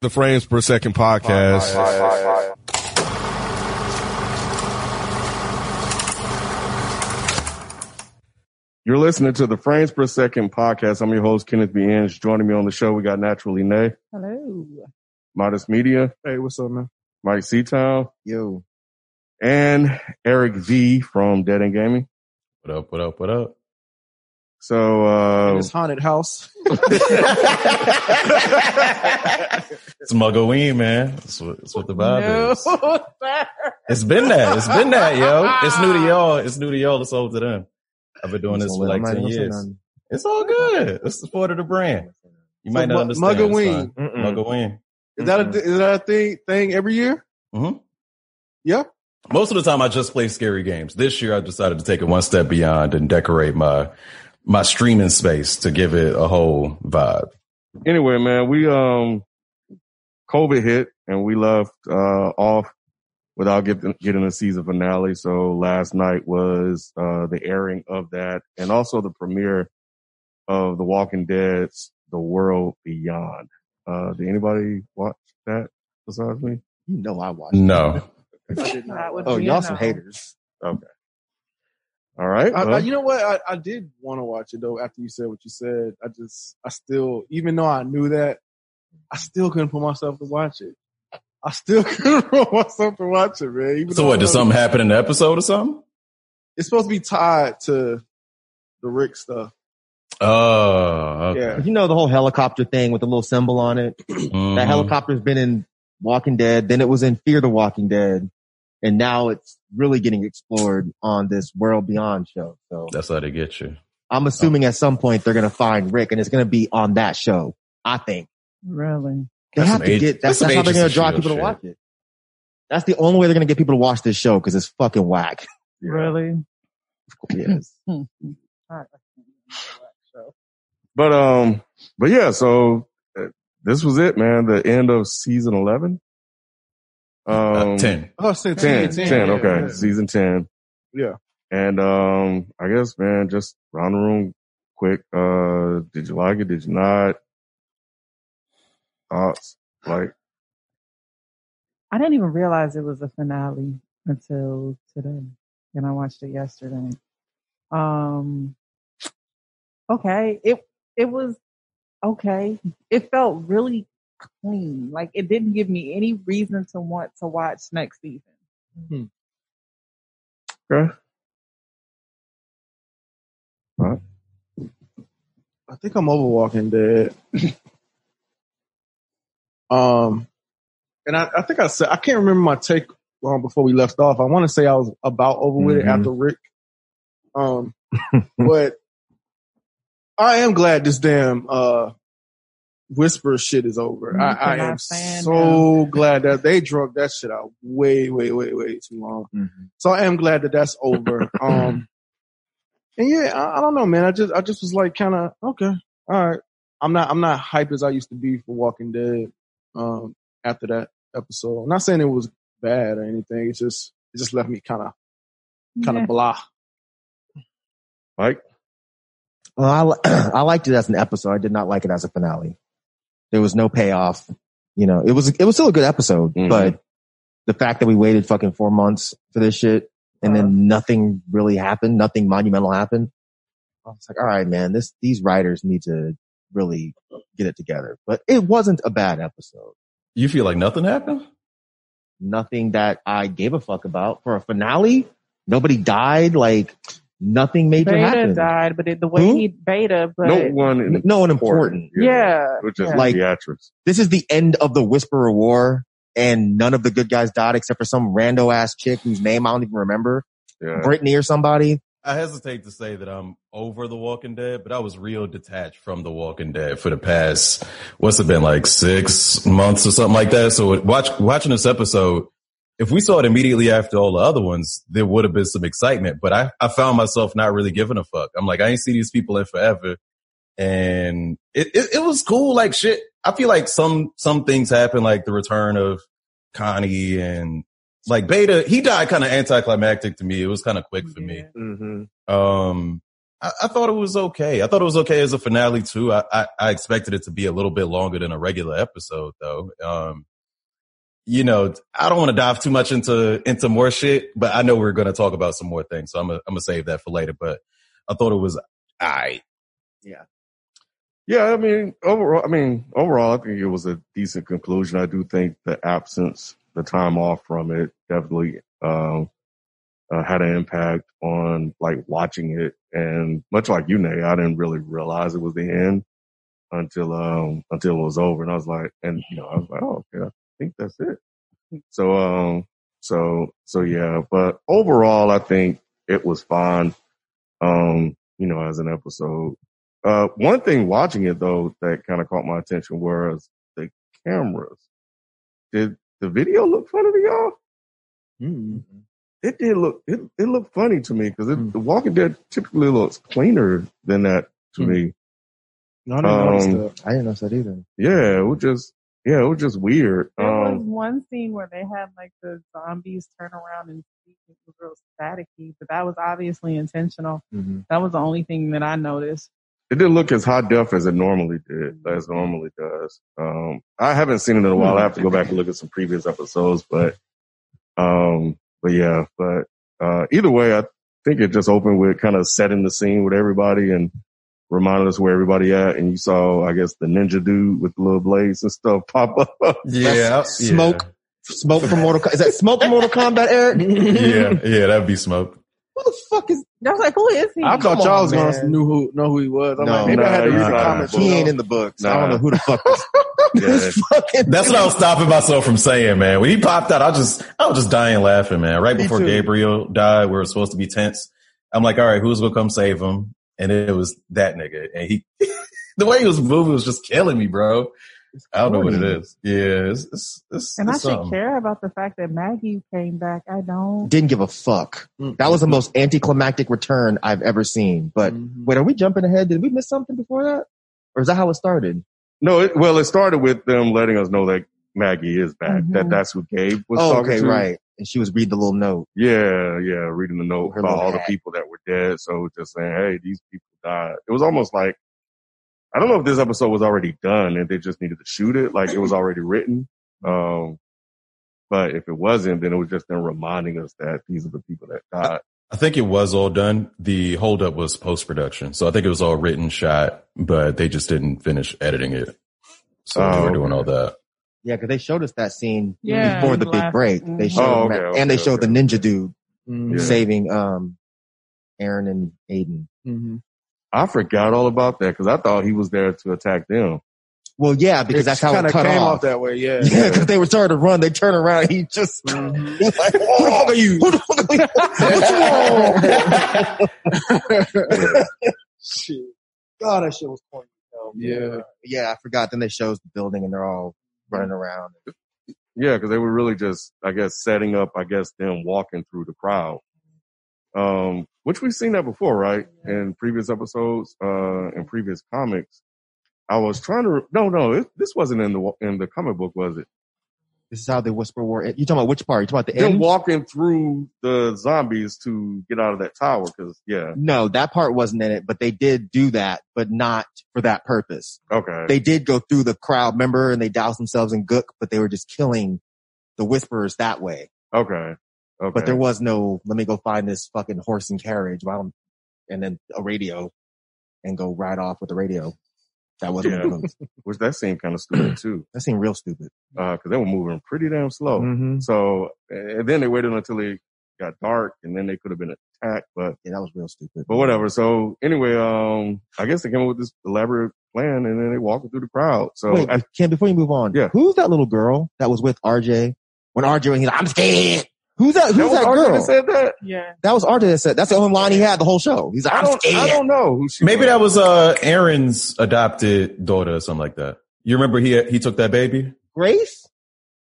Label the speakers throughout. Speaker 1: the frames per second podcast. You're listening to the frames per second podcast. I'm your host Kenneth B. Inge. Joining me on the show, we got Naturally Nay,
Speaker 2: Hello.
Speaker 1: Modest Media,
Speaker 3: Hey, what's up, man?
Speaker 1: Mike Seatown,
Speaker 3: Yo,
Speaker 1: and Eric V from Dead and Gaming.
Speaker 4: What up? What up? What up?
Speaker 1: So, uh,
Speaker 3: this haunted house.
Speaker 4: It's Muggoween, man. That's what, that's what the vibe
Speaker 2: No,
Speaker 4: is. It's been that. It's been that, yo. It's new to y'all. It's new to y'all. It's old to them. I've been doing this for like 10 years. It's all good. It's the sport of the brand. You might not understand. it's
Speaker 3: Muggaween.
Speaker 4: fine. Muggaween.
Speaker 3: Is that a is that a thing thing every year?
Speaker 4: hmm
Speaker 3: Yeah.
Speaker 4: Most of the time I just play scary games. This year I decided to take it one step beyond and decorate my, my streaming space to give it a whole vibe.
Speaker 1: anyway, man, we, um, COVID hit and we left, uh, off without getting, getting a season finale. So last night was, uh, the airing of that and also the premiere of The Walking Dead's The World Beyond. Uh, did anybody watch that besides me?
Speaker 3: You know I watched.
Speaker 4: No.
Speaker 2: That would
Speaker 3: Oh,
Speaker 2: be
Speaker 3: y'all
Speaker 2: a
Speaker 3: some
Speaker 2: no.
Speaker 3: haters.
Speaker 1: All right.
Speaker 3: I, I,
Speaker 1: well,
Speaker 3: you know what? I, I did want to watch it though. After you said what you said, I just I still, even though I knew that, I still couldn't put myself to watch it. I still couldn't put myself to watch it, man. Even
Speaker 4: So
Speaker 3: though I
Speaker 4: what? Did
Speaker 3: know-
Speaker 4: something happen in the episode or something?
Speaker 3: It's supposed to be tied to the Rick stuff.
Speaker 4: Oh, okay.
Speaker 3: Yeah.
Speaker 5: You know the whole helicopter thing with the little symbol on it. That
Speaker 4: Mhm.
Speaker 5: helicopter's been in Walking Dead, then it was in Fear the Walking Dead, and now it's really getting explored on this World Beyond show. So
Speaker 4: That's how they get you.
Speaker 5: I'm assuming at some point they're gonna find Rick, and it's gonna be on that show. I think
Speaker 2: Really?
Speaker 5: they
Speaker 4: That's
Speaker 5: have
Speaker 4: some
Speaker 5: to
Speaker 4: age-
Speaker 5: get
Speaker 4: that's
Speaker 5: that's,
Speaker 4: some
Speaker 5: that's how they're
Speaker 4: Agents
Speaker 5: gonna
Speaker 4: of
Speaker 5: draw
Speaker 4: S.H.I.E.L.D.
Speaker 5: people to
Speaker 4: shit.
Speaker 5: watch it. That's the only way they're gonna get people to watch this show because it's fucking whack.
Speaker 2: Really?
Speaker 5: Yes.
Speaker 1: but, um, but yeah, so uh, this was it, man. The end of season 11. Um,
Speaker 4: Uh, Ten.
Speaker 3: Oh, since
Speaker 1: 10, 10,
Speaker 3: yeah,
Speaker 1: okay.
Speaker 3: yeah.
Speaker 1: Season 10.
Speaker 3: Yeah.
Speaker 1: And, um, I guess, man, just round the room quick. Uh, did you like it? Did you not? Thoughts? Like,
Speaker 2: I didn't even realize it was a finale until today, and I watched it yesterday. Um. Okay. It it was okay. It felt really clean. Like it didn't give me any reason to want to watch next season.
Speaker 1: okay.
Speaker 3: I think I'm over Walking Dead. um, and I, I think I said I can't remember my take um, before we left off. I want to say I was about over with it
Speaker 1: Mhm.
Speaker 3: after Rick. Um, but I am glad this damn uh whisper shit is over.
Speaker 2: Mhm,
Speaker 3: I, I
Speaker 2: I'm
Speaker 3: am
Speaker 2: saying,
Speaker 3: so glad that they drug that shit out way, way, way, way too long.
Speaker 5: Mm-hmm.
Speaker 3: So I am glad that that's over. um, and yeah, I, I don't know, man. I just, I just was like, kind of okay, all right. I'm not, I'm not hype as I used to be for Walking Dead. Um, after that episode, I'm not saying it was bad or anything. It's just, it just left me kind of, kind of
Speaker 2: Yeah.
Speaker 3: blah.
Speaker 1: Like,
Speaker 5: Well, I, li- I liked it as an episode. I did not like it as a finale. There was no payoff. You know, it was, it was still a good episode,
Speaker 1: Mhm.
Speaker 5: but the fact that we waited fucking four months for this shit and then nothing really happened, nothing monumental happened. I was like, all right, man, this, these writers need to really get it together, but it wasn't a bad episode.
Speaker 4: You feel like nothing happened?
Speaker 5: Nothing that I gave a fuck about for a finale. Nobody died. Like nothing major
Speaker 2: Beta
Speaker 5: happened. Hmm?
Speaker 2: died, but it, the way
Speaker 5: Who?
Speaker 2: he beta, but
Speaker 1: no one in
Speaker 5: N- No one important.
Speaker 2: yeah,
Speaker 1: Which is
Speaker 2: yeah.
Speaker 5: Like-
Speaker 1: theatrics.
Speaker 5: this is the end of the Whisperer War, and none of the good guys died except for some rando ass chick whose name I don't even remember,
Speaker 1: Yeah.
Speaker 5: Brittany or somebody.
Speaker 4: I hesitate to say that I'm over The Walking Dead, but I was real detached from The Walking Dead for the past what's it been like six months or something like that. So watch watching this episode, if we saw it immediately after all the other ones, there would have been some excitement. But I, I found myself not really giving a fuck. I'm like, I ain't see these people in forever. And it, it, it was cool, like shit. I feel like some some things happen, like the return of Connie and like Beta, he died kind of anticlimactic to me. It was kind of quick for me.
Speaker 3: Mm-hmm.
Speaker 4: Um, I, I thought it was okay. I thought it was okay as a finale too. I, I, I expected it to be a little bit longer than a regular episode though. Um, you know, I don't want to dive too much into, into more shit, but I know we're going to talk about some more things. So I'm going I'm to save that for later, but I thought it was all right.
Speaker 1: Yeah, I mean overall, I mean overall, I think it was a decent conclusion. I do think the absence, the time off from it, definitely um, uh, had an impact on like watching it. And much like you, Nate, I didn't really realize it was the end until um until it was over, and I was like, and you know, I was like, oh, okay, I think that's it. So um, so so yeah, but overall, I think it was fine. Um, you know, as an episode. Uh, one thing watching it though that kind of caught my attention was the cameras. Did the video look funny to y'all?
Speaker 3: Hmm.
Speaker 5: Mm-hmm.
Speaker 1: It did look, it, it looked funny to me because
Speaker 5: Mm.
Speaker 1: The Walking Dead typically looks cleaner than that to me.
Speaker 3: No, I didn't notice
Speaker 1: Um,
Speaker 3: that.
Speaker 5: I didn't know that either.
Speaker 1: Yeah, it was just, yeah, it was just weird.
Speaker 2: There was
Speaker 1: Um,
Speaker 2: one scene where they had like the zombies turn around and speak. It was real staticky, but that was obviously intentional.
Speaker 5: Mhm.
Speaker 2: That was the only thing that I noticed.
Speaker 1: it didn't look as high def as it normally did, as it normally does. Um, I haven't seen it in a while. I have to go back and look at some previous episodes, but, um, but yeah, but, uh, either way, I think it just opened with kind of setting the scene with everybody and reminded us where everybody at. And you saw, I guess, the ninja dude with the little blades and stuff pop up.
Speaker 4: Yeah.
Speaker 5: That's smoke. Smoke from Mortal Kombat. Is that smoke from Mortal Kombat, Eric?
Speaker 4: Yeah. Yeah. yeah that'd be smoke.
Speaker 5: Who the fuck is?
Speaker 2: I was like, who is he?
Speaker 3: I thought
Speaker 5: Come
Speaker 3: y'all
Speaker 5: on,
Speaker 3: was gonna
Speaker 5: man.
Speaker 3: knew who know who he was. I'm
Speaker 5: No.
Speaker 3: like, maybe I had to
Speaker 1: Nah,
Speaker 3: read the
Speaker 1: nah.
Speaker 3: comments.
Speaker 5: Oh, He ain't in the books. I don't know who the fuck. This,
Speaker 1: Yeah.
Speaker 5: this fucking.
Speaker 4: That's what I was stopping myself from saying, man. When he popped out, I just, I was just dying laughing, man. Right
Speaker 3: Me
Speaker 4: before
Speaker 3: too.
Speaker 4: Gabriel died, we were supposed to be tense. I'm like, all right, who's gonna come save him? And it was that nigga. And he, the way he was moving was just killing me, bro. I don't know what it
Speaker 5: corny.
Speaker 4: is. Yeah, it's, it's, it's,
Speaker 2: and I
Speaker 4: it's
Speaker 2: should
Speaker 4: something.
Speaker 2: care about the fact that Maggie came back. I don't.
Speaker 5: Didn't give a fuck.
Speaker 3: Mm-hmm.
Speaker 5: That was the most anticlimactic return I've ever seen. But
Speaker 3: Mhm.
Speaker 5: wait, are we jumping ahead? Did we miss something before that, or is that how it started?
Speaker 1: No, it, well, it started with them letting us know that Maggie is back.
Speaker 2: Mhm.
Speaker 1: That that's who Gabe was
Speaker 5: oh,
Speaker 1: talking
Speaker 5: okay,
Speaker 1: to.
Speaker 5: right. And she was reading the little note.
Speaker 1: Yeah, yeah. Reading the note
Speaker 5: Her
Speaker 1: about
Speaker 5: little
Speaker 1: all the
Speaker 5: hat.
Speaker 1: people that were dead. So just saying, hey, these people died. It was almost like I don't know if this episode was already done and they just needed to shoot it, like it was already written. Um, but if it wasn't, then it was just them reminding us that these are the people that died.
Speaker 4: I think it was all done. The holdup was post production. So I think it was all written, shot, but they just didn't finish editing it. So they
Speaker 1: Oh,
Speaker 4: were doing
Speaker 1: okay.
Speaker 4: all that.
Speaker 5: Yeah, because they showed us that scene
Speaker 2: Yeah,
Speaker 5: before the
Speaker 2: the
Speaker 5: big
Speaker 2: last-
Speaker 5: break. They
Speaker 2: mhm.
Speaker 5: showed
Speaker 1: Oh,
Speaker 5: Ma-
Speaker 1: okay, okay,
Speaker 5: and they showed
Speaker 1: okay.
Speaker 5: the ninja dude
Speaker 3: Mhm.
Speaker 1: Yeah.
Speaker 5: saving um Aaron and Aiden.
Speaker 3: Mhm.
Speaker 1: I forgot all about that because I thought he was there to attack them.
Speaker 5: Well, yeah, because that's how
Speaker 3: kinda
Speaker 5: it cut
Speaker 3: came
Speaker 5: off.
Speaker 3: that way. Yeah.
Speaker 5: Yeah, because they were starting to run, they turn around, he just
Speaker 3: Mhm.
Speaker 5: he's like, "Who the fuck are you? Who the fuck are you? What you want?"
Speaker 3: Shit.
Speaker 5: God, that shit was corny. though.
Speaker 3: Yeah.
Speaker 5: yeah, I forgot. Then they shows the building and they're all running around.
Speaker 1: Yeah, because they were really just, I guess, setting up, I guess, them walking through the crowd. Um, which we've seen that before, right? In previous episodes, uh, in previous comics. I was trying to, no, no, it, this wasn't in the, wa- in the comic book, was it?
Speaker 5: This is how the Whisper War. You talking about which part? You talking about the
Speaker 1: Them
Speaker 5: end?
Speaker 1: walking through the zombies to get out of that tower. Cause yeah,
Speaker 5: no, that part wasn't in it, but they did do that, but not for that purpose.
Speaker 1: okay.
Speaker 5: they did go through the crowd, remember, and they doused themselves in gook, but they were just killing the whisperers that way.
Speaker 1: okay. Okay.
Speaker 5: But there was no, let me go find this fucking horse and carriage while I'm, and then a radio and go ride off with the radio. That wasn't
Speaker 1: Yeah.
Speaker 5: one of those.
Speaker 1: which that seemed kind of stupid too.
Speaker 5: That seemed real stupid.
Speaker 1: Uh, cause they were moving pretty damn slow.
Speaker 5: Mm-hmm.
Speaker 1: So, and then they waited until it got dark and then they could have been attacked, but
Speaker 5: Yeah, that was real stupid.
Speaker 1: But whatever. So anyway, um, I guess they came up with this elaborate plan and then they walked through the crowd. So
Speaker 5: Wait,
Speaker 1: I,
Speaker 5: Ken, before you move on,
Speaker 1: Yeah.
Speaker 5: who's that little girl that was with RJ when RJ and he's like, I'm scared. Who's that? Who's
Speaker 1: that
Speaker 5: that,
Speaker 1: was Arthur
Speaker 5: girl?
Speaker 1: that said that.
Speaker 2: Yeah.
Speaker 5: that was RJ that said. That's the only line he had the whole show. He's like,
Speaker 1: I
Speaker 5: I'm
Speaker 1: don't,
Speaker 5: scared.
Speaker 1: I don't know who she
Speaker 4: Maybe
Speaker 1: was.
Speaker 4: that was, uh, Aaron's adopted daughter or something like that. You remember he, uh, he took that baby?
Speaker 5: Grace?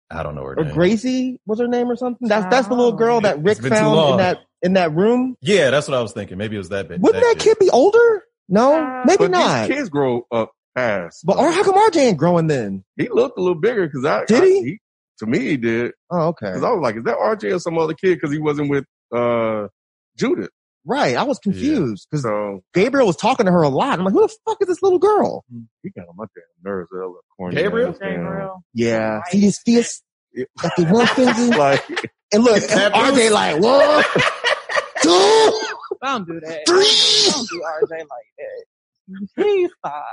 Speaker 4: I don't know her
Speaker 5: or
Speaker 4: name.
Speaker 5: Gracie was her name or something. That's that's the little
Speaker 2: Oh.
Speaker 5: girl that
Speaker 4: It's
Speaker 5: Rick
Speaker 4: been too
Speaker 5: found in
Speaker 4: long.
Speaker 5: that in that room.
Speaker 4: Yeah, that's what I was thinking. Maybe it was that bit.
Speaker 5: Wouldn't that
Speaker 4: kid.
Speaker 5: kid be older? No,
Speaker 2: Uh,
Speaker 5: maybe
Speaker 1: But
Speaker 5: not.
Speaker 1: these kids grow up fast.
Speaker 5: But or how come RJ ain't growing then?
Speaker 1: he looked a little bigger because I
Speaker 5: Did
Speaker 1: I-
Speaker 5: he?
Speaker 1: To me, he did
Speaker 5: Oh, okay.
Speaker 1: because I was like, is that RJ or some other kid? Because he wasn't with uh Judith.
Speaker 5: Right. I was confused because
Speaker 1: So
Speaker 5: Gabriel was talking to her a lot. I'm like, who the fuck is this little girl?
Speaker 1: he got on my damn nerves. That little corny
Speaker 4: Gabriel?
Speaker 1: ass, man.
Speaker 2: Gabriel.
Speaker 5: Yeah.
Speaker 2: Right.
Speaker 5: Fetus, fetus. Got the one finger.
Speaker 1: Like
Speaker 5: And look,
Speaker 4: That
Speaker 5: RJ like, one, two,
Speaker 2: Don't do that.
Speaker 5: Three.
Speaker 2: Don't do RJ like that. Please stop.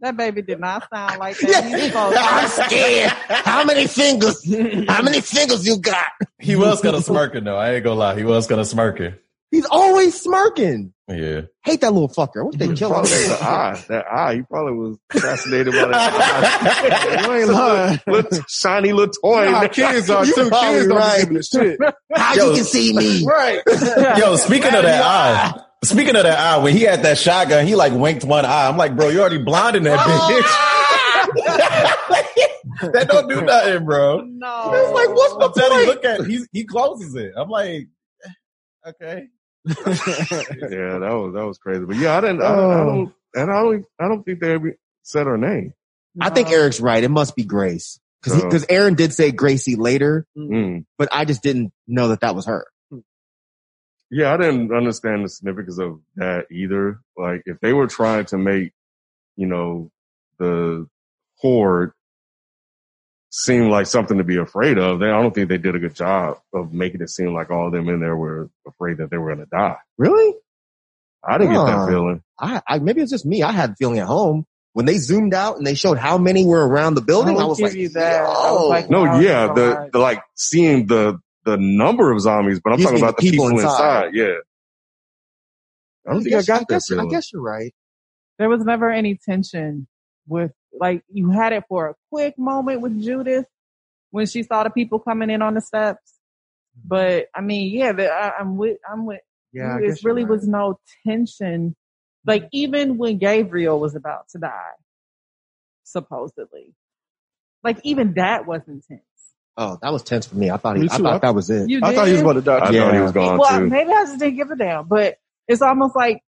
Speaker 2: That baby did not sound like that.
Speaker 5: Yeah.
Speaker 2: He's supposed
Speaker 5: I'm
Speaker 2: to-
Speaker 5: scared. How many fingers? How many fingers you got?
Speaker 4: He was kind of smirking though. I ain't gonna lie. He was kind of smirking.
Speaker 5: He's always smirking.
Speaker 4: Yeah.
Speaker 5: Hate that little fucker. I wish they kill
Speaker 1: probably
Speaker 5: him.
Speaker 1: the eye, that eye. He probably was fascinated by that eye.
Speaker 3: You ain't lying.
Speaker 1: Little shiny little toy.
Speaker 3: You know how kids are
Speaker 5: You
Speaker 3: too.
Speaker 5: probably
Speaker 3: Kids don't
Speaker 5: right.
Speaker 3: be giving a shit.
Speaker 5: How
Speaker 4: Yo.
Speaker 5: you can see me?
Speaker 3: Right.
Speaker 4: Yo, speaking of that eye, speaking of that eye, when he had that shotgun, he like winked one eye. I'm like, bro, you already blinding that
Speaker 5: Oh.
Speaker 4: bitch. that don't do nothing, bro.
Speaker 2: No.
Speaker 4: It's like, what's the
Speaker 2: point?
Speaker 4: Teddy, look at he he closes it. I'm like, okay.
Speaker 1: yeah, that was that was crazy. But yeah, I didn't. I,
Speaker 3: Oh.
Speaker 1: I don't. And I don't. I don't think they ever said her name.
Speaker 5: I think Eric's right. It must be Grace. Cause, he-
Speaker 1: So-
Speaker 5: cause Aaron did say Gracie later,
Speaker 1: Mm.
Speaker 5: but I just didn't know that that was her.
Speaker 1: Yeah, I didn't understand the significance of that either. Like, if they were trying to make, you know, the horde seem like something to be afraid of, then I don't think they did a good job of making it seem like all of them in there were afraid that they were going to die.
Speaker 5: Really?
Speaker 1: I didn't get
Speaker 5: Huh.
Speaker 1: that feeling.
Speaker 5: I, I maybe it's just me. I had the feeling at home when they zoomed out and they showed how many were around the building.
Speaker 2: I
Speaker 5: I,
Speaker 2: would
Speaker 5: was
Speaker 2: give
Speaker 5: like,
Speaker 2: you that. I was
Speaker 5: "Yo."
Speaker 2: like-
Speaker 1: No,
Speaker 2: Oh,
Speaker 1: yeah,
Speaker 2: so
Speaker 1: the,
Speaker 2: much.
Speaker 1: the like seeing the the number of zombies, but I'm
Speaker 5: You
Speaker 1: talking
Speaker 5: mean
Speaker 1: about the
Speaker 5: the people
Speaker 1: people, inside.
Speaker 5: inside.
Speaker 1: Yeah, I don't think
Speaker 5: guess-
Speaker 1: I got that
Speaker 5: guess, I
Speaker 1: feeling.
Speaker 5: guess you're right.
Speaker 2: there was never any tension with like you had it for a quick moment with Judith when she saw the people coming in on the steps. But I mean, yeah, the, I, I'm with I'm with
Speaker 5: Mm-hmm. Yeah. I
Speaker 2: you. It
Speaker 5: guess you're
Speaker 2: really
Speaker 5: right. Mm-hmm.
Speaker 2: was no tension. Like even when Gabriel was about to die, supposedly, like even that wasn't tense.
Speaker 5: Oh, that was tense for me. I thought he,
Speaker 3: Me
Speaker 5: I
Speaker 3: too.
Speaker 5: thought that was it.
Speaker 2: You
Speaker 3: I thought he was
Speaker 2: did?
Speaker 3: about to
Speaker 1: I
Speaker 3: die.
Speaker 5: Yeah.
Speaker 1: thought he was gone
Speaker 2: well,
Speaker 1: too.
Speaker 2: maybe I just didn't give a damn, but it's almost like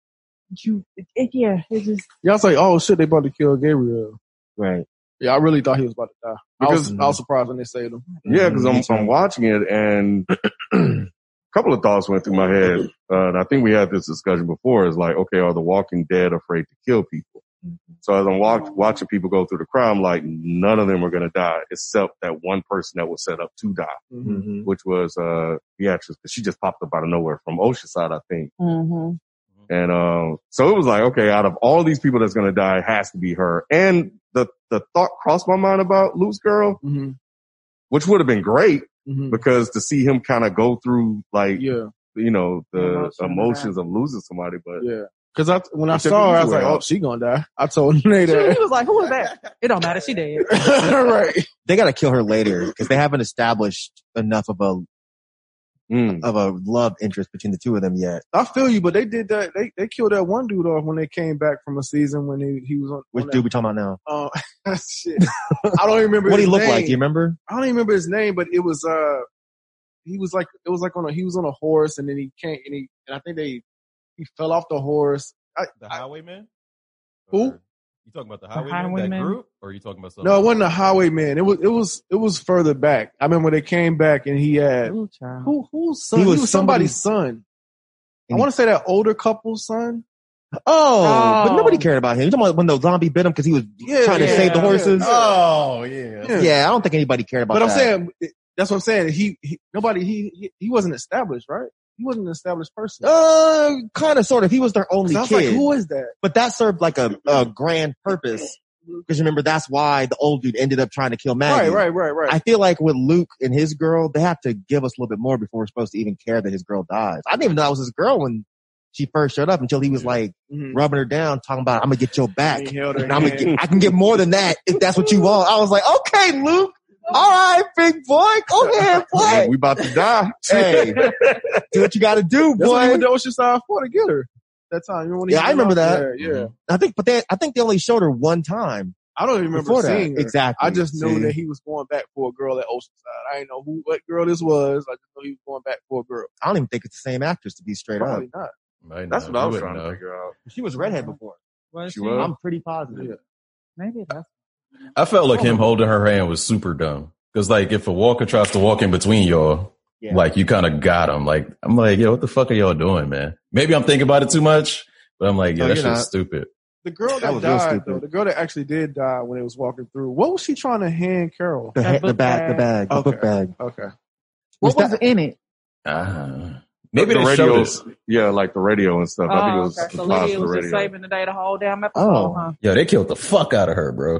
Speaker 2: you, it, yeah, it just,
Speaker 3: Y'all say, oh shit, they about to kill Gabriel.
Speaker 5: Right.
Speaker 3: Yeah, I really thought he was about to die. I was,
Speaker 5: Because-
Speaker 3: I was surprised when they saved him.
Speaker 1: Yeah, because
Speaker 5: Mhm.
Speaker 1: I'm I'm watching it, and a couple of thoughts went through my head, uh, and I think we had this discussion before. Is like, okay, are the Walking Dead afraid to kill people? So as I'm watch, watching people go through the crime, like none of them are gonna die except that one person that was set up to die,
Speaker 3: Mm-hmm.
Speaker 5: Mhm.
Speaker 1: which was uh Beatrice, because she just popped up out of nowhere from Oceanside, I think.
Speaker 2: mm-hmm.
Speaker 1: And um, so it was like, okay, out of all these people that's gonna die, it has to be her. And the the thought crossed my mind about Luke's girl,
Speaker 3: Mm-hmm.
Speaker 1: which would have been great
Speaker 3: Mm-hmm.
Speaker 1: because to see him kind of go through like
Speaker 3: Yeah,
Speaker 1: you know
Speaker 2: The
Speaker 1: the
Speaker 2: emotion of
Speaker 1: emotions of losing somebody, but
Speaker 3: yeah. Cause I, when I
Speaker 1: It took
Speaker 3: saw her, I
Speaker 1: you
Speaker 3: was like,
Speaker 1: out.
Speaker 3: oh, she gonna die. I told Nate
Speaker 2: He
Speaker 3: that.
Speaker 2: was like, who was that? It don't matter. She dead.
Speaker 3: right.
Speaker 5: They got to kill her later because they haven't established enough of a,
Speaker 1: Mm.
Speaker 5: of a love interest between the two of them yet.
Speaker 3: I feel you, but they did that. They, they killed that one dude off when they came back from a season when he, he was on.
Speaker 5: Which
Speaker 3: on
Speaker 5: dude we talking about now?
Speaker 3: That, um, shit. I don't even remember
Speaker 5: What he
Speaker 3: his
Speaker 5: looked like?
Speaker 3: name.
Speaker 5: Do you remember?
Speaker 3: I don't even remember his name, but it was uh he was like it was like on a he was on a horse and then he came and he and I think they he fell off the horse. I,
Speaker 4: The
Speaker 3: I
Speaker 4: highwayman?
Speaker 3: Who?
Speaker 4: Or- You talking about the highwayman,
Speaker 2: Highwayman.
Speaker 4: that group? Or are you talking about something?
Speaker 3: no, it wasn't a highwayman. It was it was it was further back. I remember they came back and he had
Speaker 2: Ooh, child.
Speaker 3: who who's son?
Speaker 5: He
Speaker 3: He
Speaker 5: was
Speaker 3: was, somebody's son. I
Speaker 5: And he-
Speaker 3: want to say that older couple's son.
Speaker 5: Oh, but nobody cared about him. You talking about when the zombie bit him because he was
Speaker 3: Yeah,
Speaker 5: trying to
Speaker 2: yeah,
Speaker 5: save the
Speaker 2: yeah.
Speaker 5: horses?
Speaker 4: Oh yeah.
Speaker 5: Yeah. I don't think anybody cared about
Speaker 3: But I'm
Speaker 5: that.
Speaker 3: saying that's what I'm saying. He, he nobody he, he he wasn't established, right? He wasn't an established person.
Speaker 5: uh, kind of, sort of. He was their only
Speaker 3: So I was
Speaker 5: kid,
Speaker 3: like, who is that?
Speaker 5: but that served like a, a grand purpose because remember that's why the old dude ended up trying to kill Maggie.
Speaker 3: Right, right, right, right.
Speaker 5: I feel like with Luke and his girl, they have to give us a little bit more before we're supposed to even care that his girl dies. I didn't even know that was his girl when she first showed up until he was like
Speaker 3: Mhm.
Speaker 5: rubbing her down, talking about, I'm gonna get your back.
Speaker 3: He held her
Speaker 5: And I'm gonna
Speaker 3: hand.
Speaker 5: get, I can get more than that if that's what you want. I was like, okay, Luke. All right, big boy. Go ahead,
Speaker 1: Hey,
Speaker 5: boy.
Speaker 1: we about to die.
Speaker 5: hey, do what you gotta do,
Speaker 3: That's when he
Speaker 5: boy.
Speaker 3: went to Oceanside for to get her. That time. You remember when he
Speaker 5: Yeah, I
Speaker 3: went
Speaker 5: remember
Speaker 3: out
Speaker 5: that. Mm-hmm.
Speaker 3: there? Yeah.
Speaker 5: I think, but they, I think they only showed her one time
Speaker 3: I don't even remember
Speaker 5: before that.
Speaker 3: seeing her.
Speaker 5: Exactly.
Speaker 3: I just knew
Speaker 5: See?
Speaker 3: that he was going back for a girl at Oceanside. I didn't know who what girl this was. I just know he was going back for a girl.
Speaker 5: I don't even think it's the same actress to be straight
Speaker 3: Probably
Speaker 5: up.
Speaker 3: not.
Speaker 4: Might
Speaker 1: That's
Speaker 4: not.
Speaker 1: what I
Speaker 4: You
Speaker 1: was
Speaker 4: wouldn't
Speaker 1: trying to
Speaker 4: know.
Speaker 1: figure out.
Speaker 5: She was redhead before.
Speaker 2: Was
Speaker 1: She
Speaker 2: she?
Speaker 1: was?
Speaker 5: I'm pretty positive.
Speaker 2: Maybe that's
Speaker 4: I felt like him holding her hand was super dumb. Cause like if a walker tries to walk in between y'all,
Speaker 5: Yeah.
Speaker 4: Like you kind of got him. Like I'm like, yo, what the fuck are y'all doing, man? Maybe I'm thinking about it too much, but I'm like, yeah,
Speaker 5: No,
Speaker 4: that
Speaker 5: you're
Speaker 4: shit's
Speaker 5: not.
Speaker 4: stupid.
Speaker 3: The girl
Speaker 5: That
Speaker 3: that,
Speaker 5: was real
Speaker 3: died, though,
Speaker 5: stupid.
Speaker 3: the girl that actually did die when it was walking through, what was she trying to hand Carol?
Speaker 5: The,
Speaker 2: That
Speaker 5: ha- the
Speaker 2: book
Speaker 5: bag, the bag, the
Speaker 3: Okay.
Speaker 5: book bag.
Speaker 3: Okay.
Speaker 5: Was
Speaker 2: What was
Speaker 5: that-
Speaker 2: in it?
Speaker 4: Ah. Maybe
Speaker 1: the
Speaker 4: they showed it.
Speaker 1: radios, yeah, like the radio and stuff. I think it was the
Speaker 2: Oh,
Speaker 1: tops
Speaker 2: So Lydia
Speaker 1: of the
Speaker 2: was just
Speaker 1: radio.
Speaker 2: saving the day the whole damn episode,
Speaker 5: Oh.
Speaker 2: huh?
Speaker 4: Yo, they killed the fuck out of her, bro.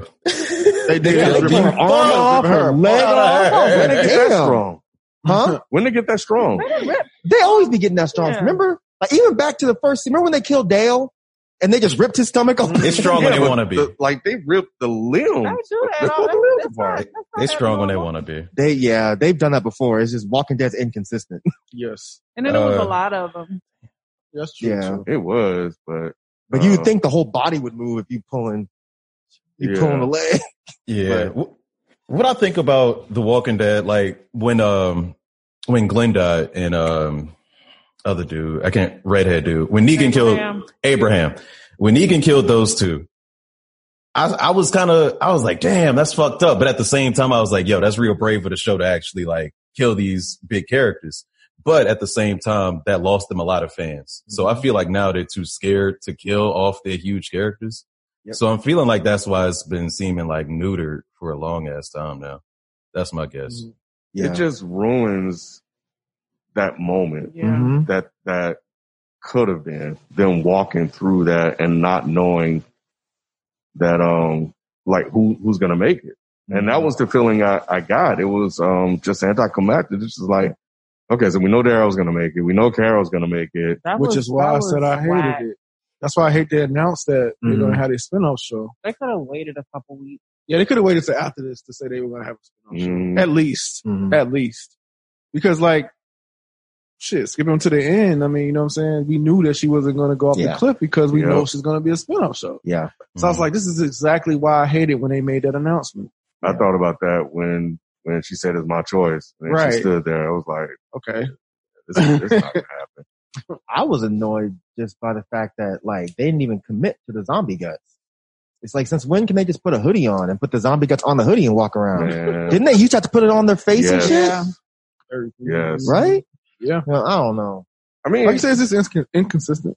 Speaker 1: They
Speaker 5: They,
Speaker 1: got
Speaker 5: got to
Speaker 1: her
Speaker 5: rip her
Speaker 1: arm
Speaker 5: arm off, her leg
Speaker 4: Fuck
Speaker 5: off.
Speaker 4: out of her.
Speaker 1: When they get that
Speaker 5: Damn.
Speaker 1: strong?
Speaker 5: Huh?
Speaker 1: When they get that strong?
Speaker 5: They always be getting that strong.
Speaker 2: Yeah.
Speaker 5: Remember? Like even back to the first, remember when they killed Dale and they just ripped his stomach off?
Speaker 4: It's strong when they
Speaker 1: but
Speaker 4: want to be.
Speaker 1: the- like they ripped the limb.
Speaker 2: Don't do that.
Speaker 1: That's what
Speaker 2: Oh,
Speaker 1: the
Speaker 2: that's-
Speaker 1: real
Speaker 2: that's
Speaker 1: part.
Speaker 2: not- that's not
Speaker 4: They
Speaker 2: that
Speaker 4: strong when they
Speaker 2: normal.
Speaker 4: want to be.
Speaker 5: They, yeah, they've done that before. It's just Walking Dead's inconsistent.
Speaker 3: Yes.
Speaker 2: And then there was a
Speaker 4: Uh,
Speaker 2: lot of them.
Speaker 3: That's true.
Speaker 5: Yeah.
Speaker 3: too.
Speaker 1: It was, but
Speaker 5: But you
Speaker 1: Uh,
Speaker 5: would think the whole body would move if you pulling, you
Speaker 1: Yeah.
Speaker 5: pulling the leg.
Speaker 4: Yeah. Wh- What I think about The Walking Dead, like when um when Glenn died and um other dude, I can't redhead dude, when Negan killed
Speaker 2: Abraham.
Speaker 4: Abraham, when Negan killed those two, I I was kind of I was like, damn, that's fucked up. But at the same time, I was like, yo, that's real brave of the show to actually like kill these big characters. But at the same time, that lost them a lot of fans. So
Speaker 5: Mm-hmm.
Speaker 4: I feel like now they're too scared to kill off their huge characters.
Speaker 5: Yep.
Speaker 4: So I'm feeling like that's why it's been seeming like neutered for a long ass time now. That's my guess.
Speaker 5: Mm-hmm.
Speaker 1: it just ruins that moment
Speaker 2: Yeah.
Speaker 5: Mhm.
Speaker 1: that that could have been them walking through that and not knowing that um like who who's gonna make it. And
Speaker 3: Mm-hmm.
Speaker 1: that was the feeling I, I got. It was um just anticlimactic. It's just like, okay, so we know Daryl's gonna make it. We know Carol's gonna make it.
Speaker 2: That
Speaker 3: Which
Speaker 2: was-
Speaker 3: is why
Speaker 2: that
Speaker 3: I said
Speaker 2: was
Speaker 3: I hated
Speaker 2: whack.
Speaker 3: it. That's why I hate they announced that they're
Speaker 5: Mhm.
Speaker 3: going to have a spinoff show.
Speaker 2: They could have waited a couple weeks.
Speaker 3: Yeah, they could have waited till after this to say they were going to have a spinoff
Speaker 1: Mm.
Speaker 3: show. At least.
Speaker 5: Mhm.
Speaker 3: At least. Because, like, shit, skipping to the end, I mean, you know what I'm saying? We knew that she wasn't going to go off
Speaker 5: Yeah. Mm-hmm.
Speaker 3: the cliff because we
Speaker 1: Yeah.
Speaker 3: know she's going to be a spinoff show.
Speaker 5: Yeah.
Speaker 4: Mm-hmm.
Speaker 3: So I was like, this is exactly why I hated when they made that announcement.
Speaker 1: I thought about that when when she said it's my choice. And then she
Speaker 3: Right.
Speaker 1: stood there. I was like,
Speaker 3: Okay.
Speaker 1: this, this not gonna happen.
Speaker 5: I was annoyed just by the fact that like they didn't even commit to the zombie guts. It's like since when can they just put a hoodie on and put the zombie guts on the hoodie and walk around?
Speaker 1: Man.
Speaker 5: Didn't they used to have to put it on their face and
Speaker 1: Yes.
Speaker 5: shit?
Speaker 2: Yeah.
Speaker 1: Yes.
Speaker 5: Right?
Speaker 3: Yeah.
Speaker 5: Well, I don't know.
Speaker 1: I mean,
Speaker 3: Like you said, it's just inc- inconsistent.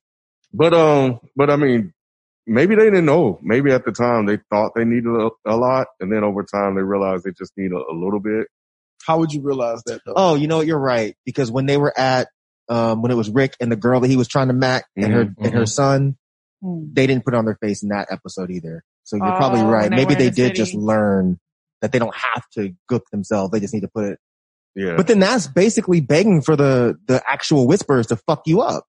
Speaker 1: But um, but I mean, maybe they didn't know. Maybe at the time they thought they needed a, a lot, and then over time they realized they just need a, a little bit.
Speaker 3: How would you realize that though?
Speaker 5: Oh, you know what? You're right. Because when they were at, um, when it was Rick and the girl that he was trying to mac and her, and her son,
Speaker 2: Hmm.
Speaker 5: they didn't put it on their face in that episode either. So you're
Speaker 2: Oh,
Speaker 5: probably
Speaker 2: when
Speaker 5: right.
Speaker 2: they
Speaker 5: Maybe
Speaker 2: were in
Speaker 5: they
Speaker 2: the
Speaker 5: did just
Speaker 2: city.
Speaker 5: learn that they don't have to goop themselves. They just need to put it
Speaker 1: Yeah,
Speaker 5: But then that's basically begging for the the actual whispers to fuck you up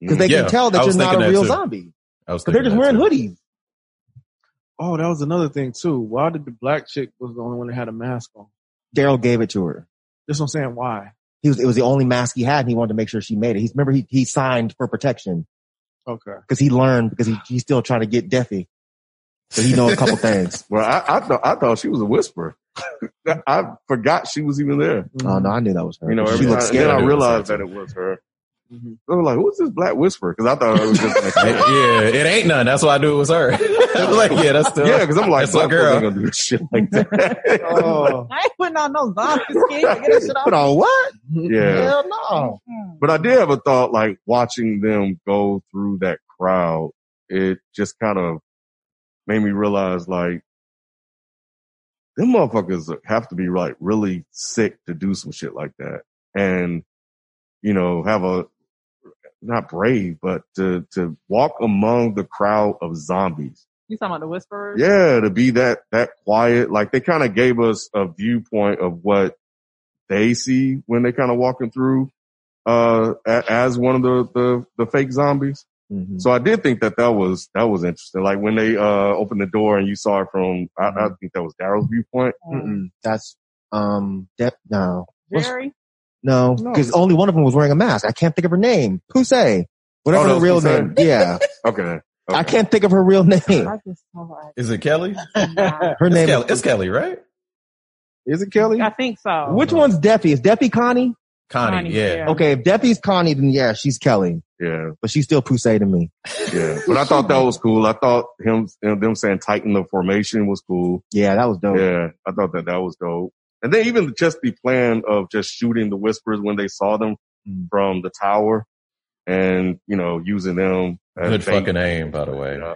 Speaker 5: because
Speaker 1: Mm-hmm.
Speaker 5: they
Speaker 4: Yeah,
Speaker 5: can tell
Speaker 4: I
Speaker 5: that you're
Speaker 4: was
Speaker 5: not
Speaker 4: thinking
Speaker 5: a
Speaker 4: that
Speaker 5: real
Speaker 4: too.
Speaker 5: zombie
Speaker 4: I was
Speaker 5: because they're
Speaker 4: thinking
Speaker 5: just
Speaker 4: that
Speaker 5: wearing
Speaker 4: too.
Speaker 5: hoodies.
Speaker 3: Oh, that was another thing too. Why did the black chick was the only one that had a mask on?
Speaker 5: Daryl gave it to her.
Speaker 3: That's what I'm saying. Why?
Speaker 5: He was it was the only mask he had, and he wanted to make sure she made it. He's remember he he signed for protection
Speaker 3: Okay.
Speaker 5: because he learned because he he's still trying to get Deffy, so he know a couple things.
Speaker 1: well, I, I thought I thought she was a whisperer. I forgot she was even there.
Speaker 3: Mm-hmm.
Speaker 5: Oh no, I knew that was her.
Speaker 1: You know,
Speaker 5: she
Speaker 1: every
Speaker 5: looked
Speaker 1: time, and then
Speaker 5: scared.
Speaker 1: I
Speaker 4: Yeah.
Speaker 1: realized that it was her.
Speaker 3: Mhm.
Speaker 1: I was like, "Who's this black whisperer?" Because I thought it was just like, yeah,
Speaker 4: yeah, it ain't none. That's why I knew it was her. I was like, yeah, that's still.
Speaker 1: Because I'm like,
Speaker 4: That's my
Speaker 1: black girl.
Speaker 4: girl.
Speaker 1: ain't gonna do shit like that.
Speaker 3: Oh.
Speaker 2: I ain't putting on no zombie skin to get that shit
Speaker 5: But
Speaker 2: off.
Speaker 5: on what?
Speaker 1: yeah,
Speaker 5: Hell no.
Speaker 2: Hmm.
Speaker 1: but I did have a thought like watching them go through that crowd. It just kind of made me realize like them motherfuckers have to be like really sick to do some shit like that, and you know have a not brave, but to to walk among the crowd of zombies.
Speaker 2: You talking about the whisperers?
Speaker 1: Yeah, to be that that quiet, like they kind of gave us a viewpoint of what they see when they kind of walking through uh a- as one of the the, the fake zombies.
Speaker 4: Mm-hmm.
Speaker 5: Mhm.
Speaker 1: So I did think that that was that was interesting. Like when they uh opened the door and you saw it from, I, I think that was Daryl's viewpoint.
Speaker 2: Um,
Speaker 5: That's um De- no
Speaker 2: Jerry?
Speaker 5: no
Speaker 3: No.
Speaker 5: because only one of them was wearing a mask. I can't think of her name. Pusey.
Speaker 1: Oh,
Speaker 5: Whatever
Speaker 1: that
Speaker 5: her
Speaker 1: was
Speaker 5: real
Speaker 1: Pusey?
Speaker 5: name. Yeah.
Speaker 1: Okay, okay.
Speaker 5: I can't think of her real name.
Speaker 2: I just know
Speaker 4: Is it Kelly?
Speaker 2: I
Speaker 5: Her
Speaker 4: It's
Speaker 5: name.
Speaker 4: Kelly. It's Kelly, right?
Speaker 3: Is it Kelly?
Speaker 2: I think so.
Speaker 5: Which one's Deffy? Is Deffy Connie?
Speaker 4: Connie.
Speaker 2: Connie,
Speaker 4: yeah.
Speaker 2: yeah.
Speaker 5: Okay, if Deffy's Connie, then yeah, she's Kelly,
Speaker 1: Yeah,
Speaker 5: but she's still Pusey to me.
Speaker 1: yeah. But I thought that was cool. I thought him, them saying tighten the formation was cool.
Speaker 5: Yeah, that was dope.
Speaker 1: Yeah, I thought that that was dope. And then even just the plan of just shooting the whispers when they saw them
Speaker 4: Mm-hmm.
Speaker 1: from the tower and, you know, using them. as
Speaker 4: Good
Speaker 1: bait.
Speaker 4: fucking aim, by the way.
Speaker 1: Yeah.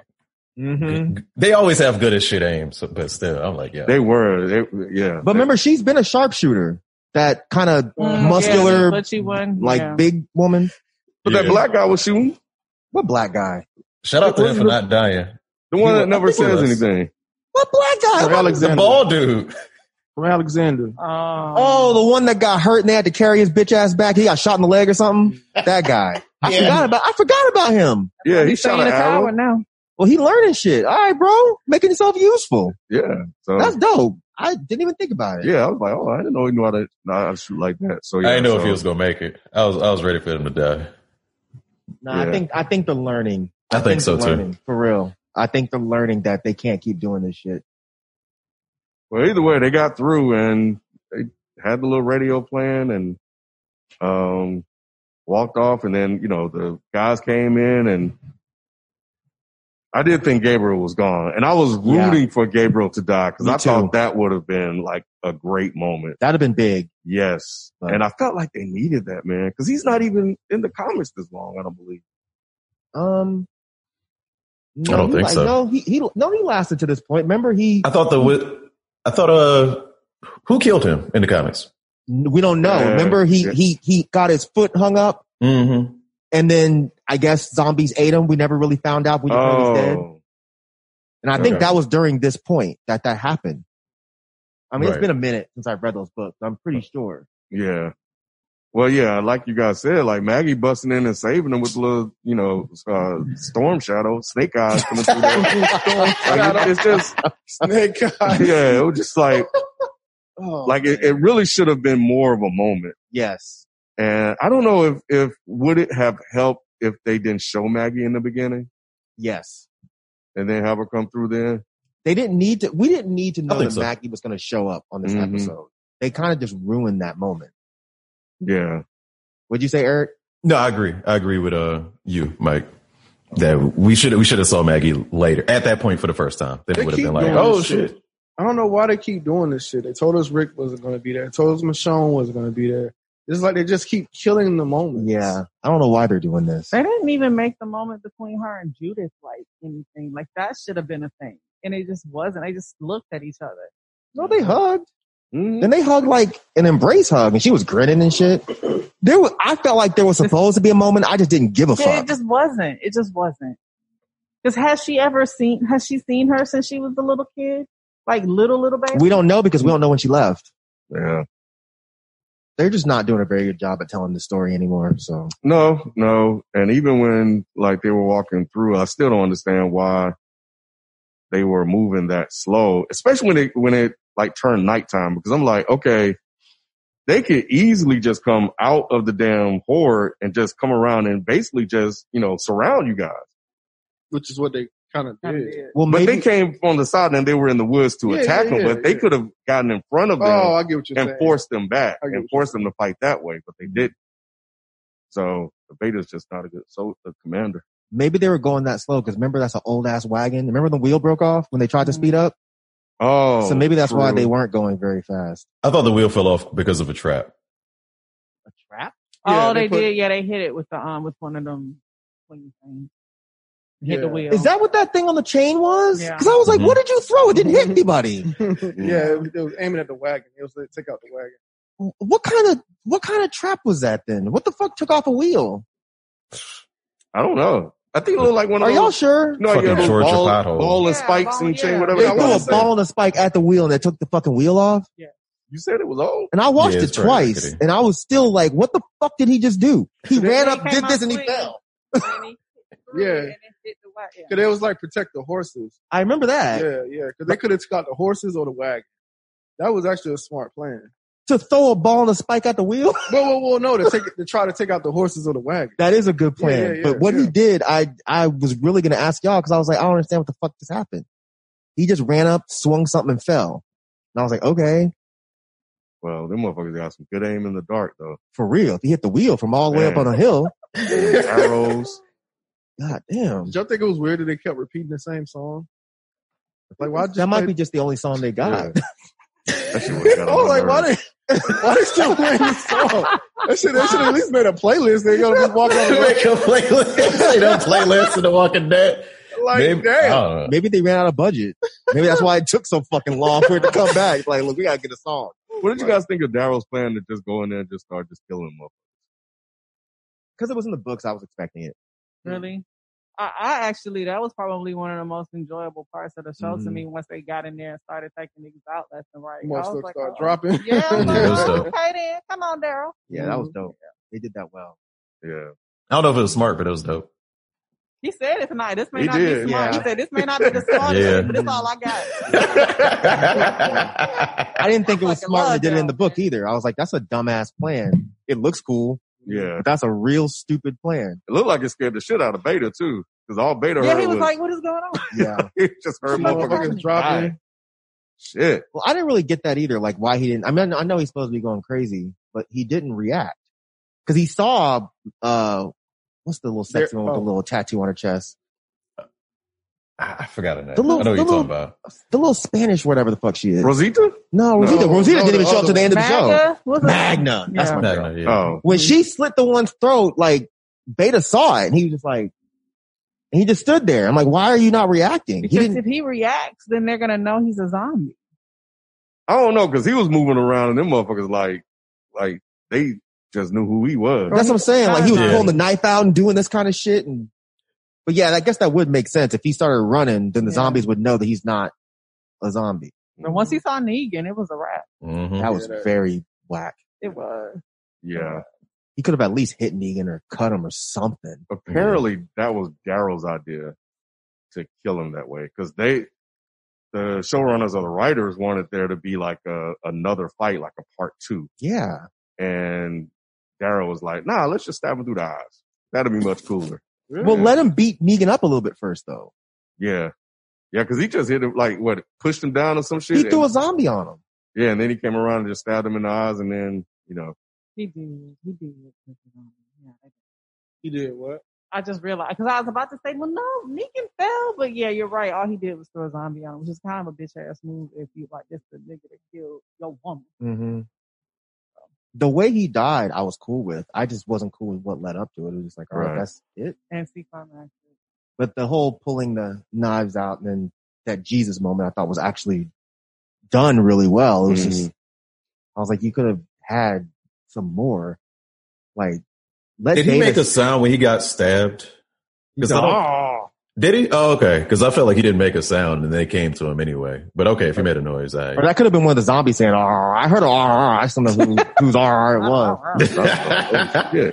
Speaker 5: Mm-hmm.
Speaker 4: They always have good as shit aim, so, but still, I'm like, yeah.
Speaker 1: They were, they, yeah.
Speaker 5: But remember, she's been a sharpshooter. That kind of
Speaker 2: Mm,
Speaker 5: muscular,
Speaker 2: yeah, but you won.
Speaker 5: like
Speaker 2: yeah.
Speaker 5: big woman.
Speaker 1: but that
Speaker 4: Yeah.
Speaker 1: black guy was shooting.
Speaker 5: What black guy?
Speaker 4: Shout out to him for not dying.
Speaker 1: The one
Speaker 4: He
Speaker 1: that
Speaker 4: wa-
Speaker 1: never
Speaker 4: I think he
Speaker 1: says
Speaker 4: was.
Speaker 1: anything.
Speaker 5: What black guy?
Speaker 3: From
Speaker 5: What-
Speaker 4: The
Speaker 3: Alexander.
Speaker 4: ball dude.
Speaker 3: From Alexander.
Speaker 2: Um,
Speaker 5: Oh, the one that got hurt and they had to carry his bitch ass back. He got shot in the leg or something. That guy. I
Speaker 3: Yeah.
Speaker 5: forgot about. I forgot about him.
Speaker 1: Yeah, he
Speaker 2: he's
Speaker 1: shot
Speaker 2: saying
Speaker 1: an
Speaker 2: a
Speaker 1: arrow.
Speaker 2: coward now.
Speaker 5: Well, he learning shit. All right, bro, making himself useful.
Speaker 1: Yeah.
Speaker 3: Oh.
Speaker 1: So
Speaker 5: That's dope. I didn't even think about it.
Speaker 1: yeah, I was like, oh, I didn't know he knew how to, how to shoot like that. So yeah,
Speaker 4: I didn't know
Speaker 1: so,
Speaker 4: if he was gonna make it. I was I was ready for him to die.
Speaker 5: Nah,
Speaker 1: Yeah.
Speaker 5: I think I think the learning.
Speaker 4: I think so,
Speaker 5: the
Speaker 4: too.
Speaker 5: learning, For real, I think the learning that they can't keep doing this shit.
Speaker 1: Well, either way, they got through and they had the little radio playing and um walked off. And then you know the guys came in and I did think Gabriel was gone, and I was
Speaker 5: Yeah.
Speaker 1: rooting for Gabriel to die because
Speaker 5: Me
Speaker 1: I
Speaker 5: too.
Speaker 1: thought that would have been like a great moment.
Speaker 5: That'd have been big.
Speaker 1: Yes,
Speaker 5: Right.
Speaker 1: and I felt like they needed that man because he's not even in the comics this long. I don't believe.
Speaker 5: Um, no,
Speaker 4: I don't
Speaker 5: he
Speaker 4: think
Speaker 5: like-
Speaker 4: so.
Speaker 5: No, he, he no, he lasted to this point. Remember, he
Speaker 4: I thought the wi- I thought uh who killed him in the comics?
Speaker 5: we don't know.
Speaker 1: Yeah.
Speaker 5: Remember, he
Speaker 1: Yeah.
Speaker 5: he he got his foot hung up,
Speaker 4: Mm-hmm.
Speaker 5: and then I guess zombies ate him. We never really found out. We just know he's dead.
Speaker 1: Oh,
Speaker 5: And I think
Speaker 4: Okay.
Speaker 5: that was during this point that that happened. I mean,
Speaker 4: Right.
Speaker 5: it's been a minute since I've read those books. I'm pretty sure.
Speaker 1: yeah. Well, yeah, like you guys said, like Maggie busting in and saving him with little, you know, uh, storm shadow, snake eyes coming through there. Like, it- it's just,
Speaker 3: Snake Eyes.
Speaker 1: yeah, it was just like,
Speaker 5: Oh,
Speaker 1: like it, it really should have been more of a moment.
Speaker 5: yes.
Speaker 1: And I don't know if, if would it have helped if they didn't show Maggie in the beginning
Speaker 5: Yes.
Speaker 1: and then have her come through then?
Speaker 5: They didn't need to, we didn't need to know
Speaker 4: think
Speaker 5: that
Speaker 4: so.
Speaker 5: Maggie was going to show up on this
Speaker 1: Mhm.
Speaker 5: episode. They kind of just ruined that moment.
Speaker 1: Yeah.
Speaker 5: Would you say, Eric?
Speaker 4: No, I agree. I agree with uh you, Mike. That we should we should have saw Maggie later at that point for the first time. Then
Speaker 3: They
Speaker 4: it would have
Speaker 3: keep
Speaker 4: been like,
Speaker 3: doing
Speaker 4: oh
Speaker 3: this
Speaker 4: shit.
Speaker 3: I don't know why they keep doing this shit. They told us Rick wasn't going to be there. They told us Michonne wasn't going to be there. It's like they just keep killing the moment.
Speaker 5: Yeah. I don't know why they're doing this.
Speaker 2: They didn't even make the moment between her and Judith like anything. Like that should have been a thing. And it just wasn't. They just looked at each other.
Speaker 5: No, they hugged.
Speaker 1: Mhm.
Speaker 5: Then they hugged like an embrace hug and she was grinning and shit. There was, I felt like there was supposed to be a moment. I just didn't give a
Speaker 2: Yeah,
Speaker 5: fuck.
Speaker 2: it just wasn't. It just wasn't. Because has she ever seen, has she seen her since she was a little kid? Like little, little baby?
Speaker 5: We don't know because we don't know when she left.
Speaker 1: Yeah.
Speaker 5: They're just not doing a very good job at telling the story anymore. So
Speaker 1: No, no. And even when like they were walking through, I still don't understand why they were moving that slow, especially when it, when it like turned nighttime, because I'm like, okay, they could easily just come out of the damn horde and just come around and basically just, you know, surround you guys.
Speaker 3: Which is what they kind of
Speaker 2: Kinda
Speaker 3: did.
Speaker 2: did.
Speaker 5: well,
Speaker 1: But
Speaker 5: maybe
Speaker 1: they came from the side and they were in the woods to
Speaker 3: Yeah,
Speaker 1: attack
Speaker 3: yeah,
Speaker 1: them,
Speaker 3: yeah,
Speaker 1: but they
Speaker 3: yeah.
Speaker 1: could have gotten in front of them
Speaker 3: Oh, I get what you're
Speaker 1: and
Speaker 3: saying.
Speaker 1: forced them back
Speaker 3: I get
Speaker 1: and
Speaker 3: what
Speaker 1: forced them to fight that way, but they didn't. So the beta's just not a good, so the commander.
Speaker 5: maybe they were going that slow because remember that's an old ass wagon. Remember the wheel broke off when they tried to speed up.
Speaker 1: Oh.
Speaker 5: so maybe that's why
Speaker 1: true.
Speaker 5: they weren't going very fast.
Speaker 4: I thought the wheel fell off because of a trap.
Speaker 5: A trap?
Speaker 3: Yeah,
Speaker 2: oh,
Speaker 3: they
Speaker 2: they,
Speaker 3: put-
Speaker 2: did. Yeah, they hit it with the, um, with one of them swing things. Hit the
Speaker 3: Yeah.
Speaker 2: wheel.
Speaker 5: Is that what that thing on the chain was?
Speaker 2: Yeah.
Speaker 5: Because I was like,
Speaker 4: Mhm.
Speaker 5: what did you throw? It didn't hit
Speaker 3: Mm-hmm.
Speaker 5: anybody.
Speaker 3: yeah, it was, it was aiming at the wagon. It was like, take out the wagon.
Speaker 5: what kind of what kind of trap was that then? What the fuck took off a wheel?
Speaker 1: I don't know. I think it looked like one of
Speaker 5: Are y'all
Speaker 1: those.
Speaker 5: sure?
Speaker 1: No,
Speaker 4: Fucking
Speaker 1: yeah, those
Speaker 4: Georgia
Speaker 1: ball,
Speaker 4: pothole.
Speaker 1: ball and
Speaker 2: Yeah,
Speaker 1: spikes
Speaker 2: ball-
Speaker 1: and chain,
Speaker 2: yeah.
Speaker 1: whatever.
Speaker 5: They
Speaker 1: that
Speaker 5: threw a
Speaker 1: was.
Speaker 5: ball and a spike at the wheel and it took the fucking wheel off.
Speaker 1: You said it was old.
Speaker 5: And I watched
Speaker 4: Yeah,
Speaker 5: it
Speaker 4: it's pretty
Speaker 5: twice
Speaker 4: rickety.
Speaker 5: and I was still like, what the fuck did he just do? He
Speaker 3: They-
Speaker 5: ran
Speaker 2: they
Speaker 5: up,
Speaker 2: came
Speaker 5: did
Speaker 2: out
Speaker 5: this and he
Speaker 2: quick.
Speaker 5: fell.
Speaker 2: And he hit through
Speaker 3: Yeah.
Speaker 2: it and it hit the wa- yeah.
Speaker 3: Cause it was like protect the horses.
Speaker 5: I remember that.
Speaker 3: Yeah, yeah. Cause they could have took out the horses or the wagon. That was actually a smart plan.
Speaker 5: To throw a ball and a spike at the wheel.
Speaker 3: Well, well, well no, to take to try to take out the horses or the wagon.
Speaker 5: That is a good plan.
Speaker 3: Yeah, yeah, yeah,
Speaker 5: but what
Speaker 3: yeah.
Speaker 5: he did, I I was really gonna ask y'all because I was like, I don't understand what the fuck just happened. He just ran up, swung something, and fell. And I was like, okay,
Speaker 1: Well, them motherfuckers got some good aim in the dark though.
Speaker 5: for real. If he hit the wheel from all the way up
Speaker 1: Man.
Speaker 5: on a hill,
Speaker 1: Arrows.
Speaker 5: god damn.
Speaker 3: Did y'all think it was weird that they kept repeating the same song? Like, why just
Speaker 5: That might
Speaker 3: play-
Speaker 5: be just the only song they got.
Speaker 1: Yeah. That shit was
Speaker 3: I was like, why they, why they still playing this song? That shit, they should at least made a playlist. They gotta be walking on the road.
Speaker 4: Make a playlist. They don't playlist in The Walking Dead.
Speaker 5: Oh,
Speaker 3: Like,
Speaker 4: Maybe- I
Speaker 3: damn.
Speaker 4: don't know.
Speaker 5: Maybe they ran out of budget. Maybe that's why it took so fucking long for it to come back. Like, look, we gotta get a song.
Speaker 1: What did you guys think of Daryl's plan to just go in there and just start just killing them?
Speaker 5: Because it was in the books, I was expecting it.
Speaker 2: Really? I, I actually, that was probably one of the most enjoyable parts of the show to
Speaker 5: Mm-hmm.
Speaker 4: Mhm.
Speaker 2: me once they got in there and started taking niggas out left and right. I
Speaker 3: More
Speaker 2: was
Speaker 3: stuff
Speaker 2: like,
Speaker 3: start
Speaker 2: oh,
Speaker 3: dropping.
Speaker 2: Yeah, I'm like,
Speaker 4: It was
Speaker 2: oh,
Speaker 4: dope.
Speaker 2: okay then. Come on, Daryl.
Speaker 5: Yeah, that was dope. They did that well.
Speaker 1: Yeah.
Speaker 4: I don't know if it was smart, but it was dope.
Speaker 2: He said it tonight. This may
Speaker 1: He
Speaker 2: not
Speaker 1: did,
Speaker 2: be smart.
Speaker 5: yeah.
Speaker 2: He said this may not be the smartest
Speaker 4: Yeah.
Speaker 2: shit, but it's all I got.
Speaker 5: I didn't think it was
Speaker 2: Fucking
Speaker 5: smart
Speaker 2: love
Speaker 5: that they did it in
Speaker 2: Daryl,
Speaker 5: the book
Speaker 2: man.
Speaker 5: either. I was like, that's a dumbass plan. It looks cool,
Speaker 1: Yeah.
Speaker 5: but that's a real stupid plan.
Speaker 1: It looked like it scared the shit out of Beta too. Cause all Beta
Speaker 2: yeah,
Speaker 1: heard
Speaker 2: he was
Speaker 1: was,
Speaker 2: like, "What is going on?"
Speaker 5: Yeah.
Speaker 1: he just heard motherfuckers
Speaker 3: Motherfuckers dropping.
Speaker 1: shit.
Speaker 5: Well, I didn't really get that either. Like why he didn't. I mean, I know he's supposed to be going crazy, but he didn't react because he saw uh, what's the little sexy
Speaker 3: There-
Speaker 5: one with
Speaker 3: oh.
Speaker 5: the little tattoo on her chest,
Speaker 4: I I forgot her name.
Speaker 5: The little-
Speaker 4: I know what you're
Speaker 5: the
Speaker 4: talking
Speaker 5: little-
Speaker 4: about.
Speaker 5: the little Spanish, whatever the fuck she is.
Speaker 1: Rosita?
Speaker 5: no, Rosita.
Speaker 3: No,
Speaker 5: Rosita
Speaker 2: Oh,
Speaker 3: no,
Speaker 5: didn't even
Speaker 3: the
Speaker 5: show up till the end of the show.
Speaker 2: Magna? What's up?
Speaker 5: Magna. That's
Speaker 2: Yeah.
Speaker 5: my girl.
Speaker 4: Magna, yeah.
Speaker 1: Oh.
Speaker 5: When she slit the one's throat, like Beta saw it, and he was just like, and he just stood there. I'm like, why are you not reacting? He
Speaker 2: Because if
Speaker 5: didn't.
Speaker 2: he reacts, then they're gonna know he's a zombie.
Speaker 1: I don't know. Cause he was moving around and them motherfuckers like, like they just knew who he was.
Speaker 5: That's what I'm saying. Like he was
Speaker 2: Yeah.
Speaker 5: pulling the knife out and doing this kind of shit. And but yeah, I guess that would make sense. If he started running, then the
Speaker 2: Yeah.
Speaker 5: zombies would know that he's not a zombie.
Speaker 2: And once he
Speaker 5: Mm-hmm.
Speaker 2: saw Negan, it was a wrap.
Speaker 5: Oh.
Speaker 4: Mhm.
Speaker 5: That was
Speaker 3: Yeah, that-
Speaker 5: very whack.
Speaker 2: It was.
Speaker 1: Yeah.
Speaker 5: He could have at least hit Negan or cut him or something.
Speaker 1: apparently that was Daryl's idea to kill him that way because they, the showrunners or the writers wanted there to be like a another fight, like a part two,
Speaker 5: Yeah.
Speaker 1: and Daryl was like, "Nah, let's just stab him through the eyes. That'll be much cooler."
Speaker 5: Well, let him beat Negan up a little bit first though.
Speaker 1: Yeah, yeah, because he just hit him like what pushed him down or some shit.
Speaker 5: He threw a
Speaker 1: and,
Speaker 5: zombie on him.
Speaker 1: yeah, and then he came around and just stabbed him in the eyes, and then you know,
Speaker 2: He did. He did. look a zombie. Yeah, I-
Speaker 3: He did what?
Speaker 2: I just realized because I was about to say, well, no, Negan fell, but yeah, you're right. All he did was throw a zombie on him, which is kind of a bitch ass move if you like this the nigga that killed your woman.
Speaker 5: Mm-hmm. The way he died, I was cool with. I just wasn't cool with what led up to it. It was just like, all right.
Speaker 1: Right.
Speaker 5: that's it.
Speaker 2: And see climax.
Speaker 5: But the whole pulling the knives out and then that Jesus moment I thought was actually done really well. It was
Speaker 4: Mm-hmm.
Speaker 5: just, I was like, you could have had some more. Like, let
Speaker 4: Did he make a
Speaker 5: Davis-
Speaker 4: sound when he got stabbed? 'Cause I don't-
Speaker 3: Oh,
Speaker 4: Did he? Oh, okay. Because I felt like he didn't make a sound, and they came to him anyway. But okay, if he made a noise, I.
Speaker 5: Or that could have been one of the zombies saying, "RR." I heard a "RR." I just don't know who, whose "RR" it was.
Speaker 1: yeah,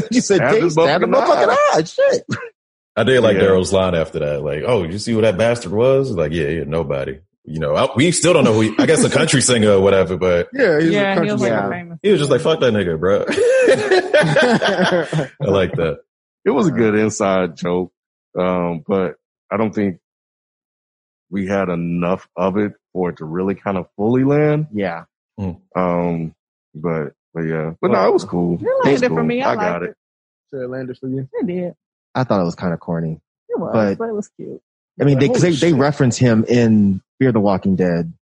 Speaker 5: you said,
Speaker 1: Stab
Speaker 5: "Dang,
Speaker 1: this
Speaker 5: stab the
Speaker 1: motherfucking
Speaker 5: motherfucking eye." Shit.
Speaker 4: I did like
Speaker 1: Yeah.
Speaker 4: Daryl's line after that. Like, oh, you see who that bastard was? Like, yeah, yeah, nobody. You know, I, we still don't know who. He, I guess a country singer or whatever, but
Speaker 3: yeah, he's a
Speaker 2: Yeah, he
Speaker 3: country
Speaker 2: was like
Speaker 5: Yeah.
Speaker 2: a famous.
Speaker 4: he was just like, "Fuck that nigga, bro." I like that.
Speaker 1: it was a good inside joke, um, but I don't think we had enough of it for it to really kind of fully land.
Speaker 5: Yeah.
Speaker 1: Um, but but yeah, but no, it was cool.
Speaker 2: You
Speaker 1: it
Speaker 2: liked
Speaker 1: was
Speaker 2: it for
Speaker 1: cool.
Speaker 2: me. I
Speaker 1: got
Speaker 2: liked
Speaker 1: it.
Speaker 2: it.
Speaker 3: Sure, it landed for you.
Speaker 2: It did.
Speaker 5: I thought it was kind of corny.
Speaker 2: It was,
Speaker 5: But-
Speaker 2: but, it was cute.
Speaker 5: I mean, they,
Speaker 3: Holy
Speaker 5: 'cause they, they
Speaker 3: shit.
Speaker 5: reference him in Fear the Walking Dead.
Speaker 3: Oh.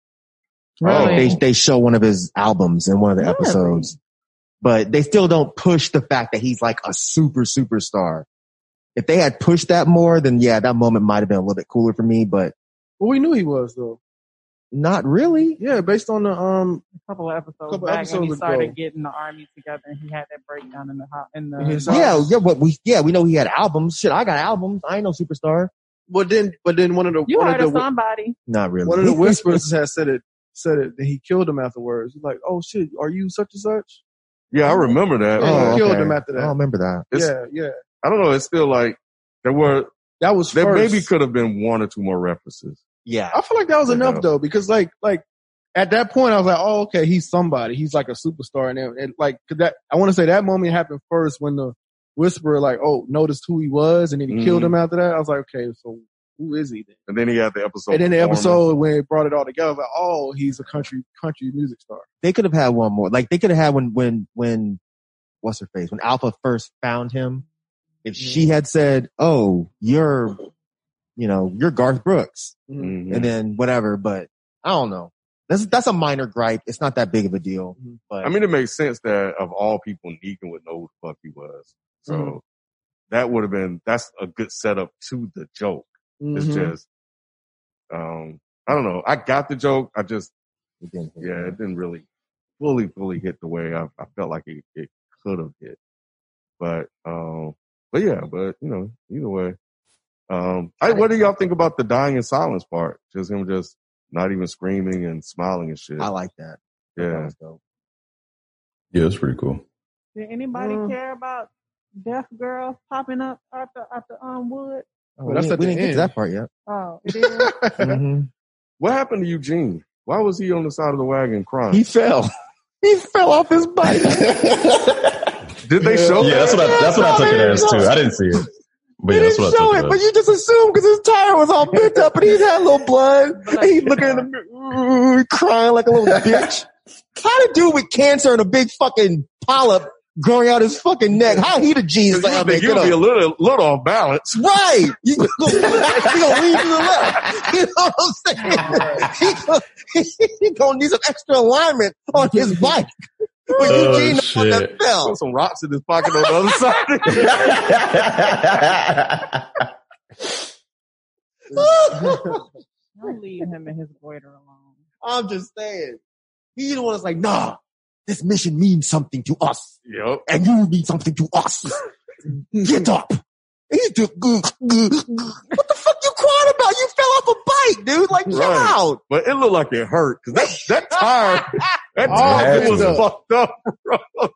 Speaker 1: Really?
Speaker 5: They, they show one of his albums in one of the
Speaker 2: Really?
Speaker 5: episodes, but they still don't push the fact that he's like a super superstar. If they had pushed that more, then yeah, that moment might have been a little bit cooler for me, but
Speaker 3: Well, we knew he was though.
Speaker 5: not really.
Speaker 3: Yeah, based on the um,
Speaker 2: A couple of episodes
Speaker 3: Couple
Speaker 2: back when
Speaker 3: episodes
Speaker 2: he started
Speaker 3: ago.
Speaker 2: getting the army together and he had that breakdown in the ho- in the.
Speaker 3: In his house.
Speaker 5: Yeah, yeah, but we, yeah, we know he had albums. Shit, I got albums. I ain't no superstar.
Speaker 3: but then, but then one of the
Speaker 2: you
Speaker 3: one
Speaker 2: heard
Speaker 3: of
Speaker 2: of
Speaker 3: the
Speaker 2: somebody.
Speaker 5: Not really.
Speaker 3: one of the whispers had said it, said it. Then he killed him afterwards. He's like, "Oh shit, are you such and such?"
Speaker 1: Yeah, I remember that.
Speaker 3: Yeah,
Speaker 5: Oh,
Speaker 3: he
Speaker 1: Uh,
Speaker 3: killed
Speaker 5: okay.
Speaker 3: him after
Speaker 5: I don't
Speaker 3: that.
Speaker 5: remember that.
Speaker 1: it's-
Speaker 3: yeah, yeah,
Speaker 1: I don't know. It's still like there were
Speaker 3: that was
Speaker 1: there
Speaker 3: first.
Speaker 1: maybe could have been one or two more references.
Speaker 5: Yeah.
Speaker 3: I feel like that was
Speaker 1: Yeah.
Speaker 3: enough though, because like like at that point I was like, oh okay, he's somebody. He's like a superstar, and, and like 'cause that I want to say that moment happened first when the whisperer like oh noticed who he was, and then he
Speaker 1: Mhm.
Speaker 3: killed him after that. I was like, okay, so who is he then?
Speaker 1: And then he had the episode.
Speaker 3: and then the
Speaker 1: performance.
Speaker 3: episode when it brought it all together, I was like, oh, he's a country country music star.
Speaker 5: They could have had one more. Like they could have had when, when, when, what's her face? When Alpha first found him, if she had said, Oh, you're, you know, you're Garth Brooks
Speaker 1: Mhm.
Speaker 5: and then whatever, but I don't know. That's that's a minor gripe. It's not that big of a deal. But
Speaker 1: I mean, it makes sense that of all people, Negan would know who the fuck he was. So
Speaker 3: Mhm.
Speaker 1: that would have been, that's a good setup to the joke.
Speaker 3: Mm-hmm.
Speaker 1: It's
Speaker 5: Mm-hmm.
Speaker 1: just, um, I don't know. I got the joke. I just,
Speaker 5: it didn't hit
Speaker 1: yeah,
Speaker 5: me.
Speaker 1: it didn't really fully, fully hit the way I, I felt like it, it could have hit. But, um, but yeah, but you know, either way, um, I, what do y'all think about the dying in silence part? Just him just not even screaming and smiling and shit.
Speaker 5: I like that. That
Speaker 1: yeah.
Speaker 5: was dope. Oh,
Speaker 4: Yeah, it's pretty cool.
Speaker 2: Did anybody
Speaker 3: Mm.
Speaker 2: care about deaf girls popping up out the out the um wood?
Speaker 5: Oh,
Speaker 3: that's
Speaker 5: we
Speaker 3: at
Speaker 5: didn't,
Speaker 3: the
Speaker 5: we didn't get to
Speaker 3: end.
Speaker 5: that part yet.
Speaker 2: Oh, it is.
Speaker 5: Mhm.
Speaker 1: What happened to Eugene? Why was he on the side of the wagon crying?
Speaker 5: He fell. he fell off his bike.
Speaker 1: Did they show?
Speaker 4: Yeah, that's what I, that's what I took it as too. I didn't see it, but yeah,
Speaker 5: they
Speaker 4: that's
Speaker 5: didn't
Speaker 4: what I
Speaker 5: show
Speaker 4: took
Speaker 5: it,
Speaker 4: it
Speaker 5: but
Speaker 4: as.
Speaker 5: you just assumed because his tire was all bent up and he had a little blood. And he's looking in the mirror, crying like a little bitch. How the dude with cancer and a big fucking polyp growing out his fucking neck? How he the
Speaker 1: Because
Speaker 5: genius? Like,
Speaker 1: you
Speaker 5: I
Speaker 1: think
Speaker 5: mean,
Speaker 1: you'll
Speaker 5: get
Speaker 1: be a
Speaker 5: up.
Speaker 1: little, little off balance.
Speaker 5: Right. You gonna, you gonna leave you left. You know what I'm saying? He gonna, he gonna need some extra alignment on his bike. But
Speaker 4: Oh,
Speaker 5: Eugene the one
Speaker 4: shit.
Speaker 5: that
Speaker 1: Throw
Speaker 5: fell.
Speaker 1: some rocks in his pocket on the other side.
Speaker 2: Don't leave him and his goiter alone.
Speaker 5: I'm just saying. He's the one that's like, nah, this mission means something to us,
Speaker 1: yep.
Speaker 5: and you mean something to us. Get up. And He's just, "Goo, goo, goo." what the fuck you crying about? You fell off a bike, dude. Like, chill
Speaker 1: Right.
Speaker 5: out.
Speaker 1: But it looked like it hurt because that, that tire, that
Speaker 3: Oh,
Speaker 1: tire
Speaker 4: it
Speaker 1: was
Speaker 3: happened.
Speaker 1: fucked up.
Speaker 5: I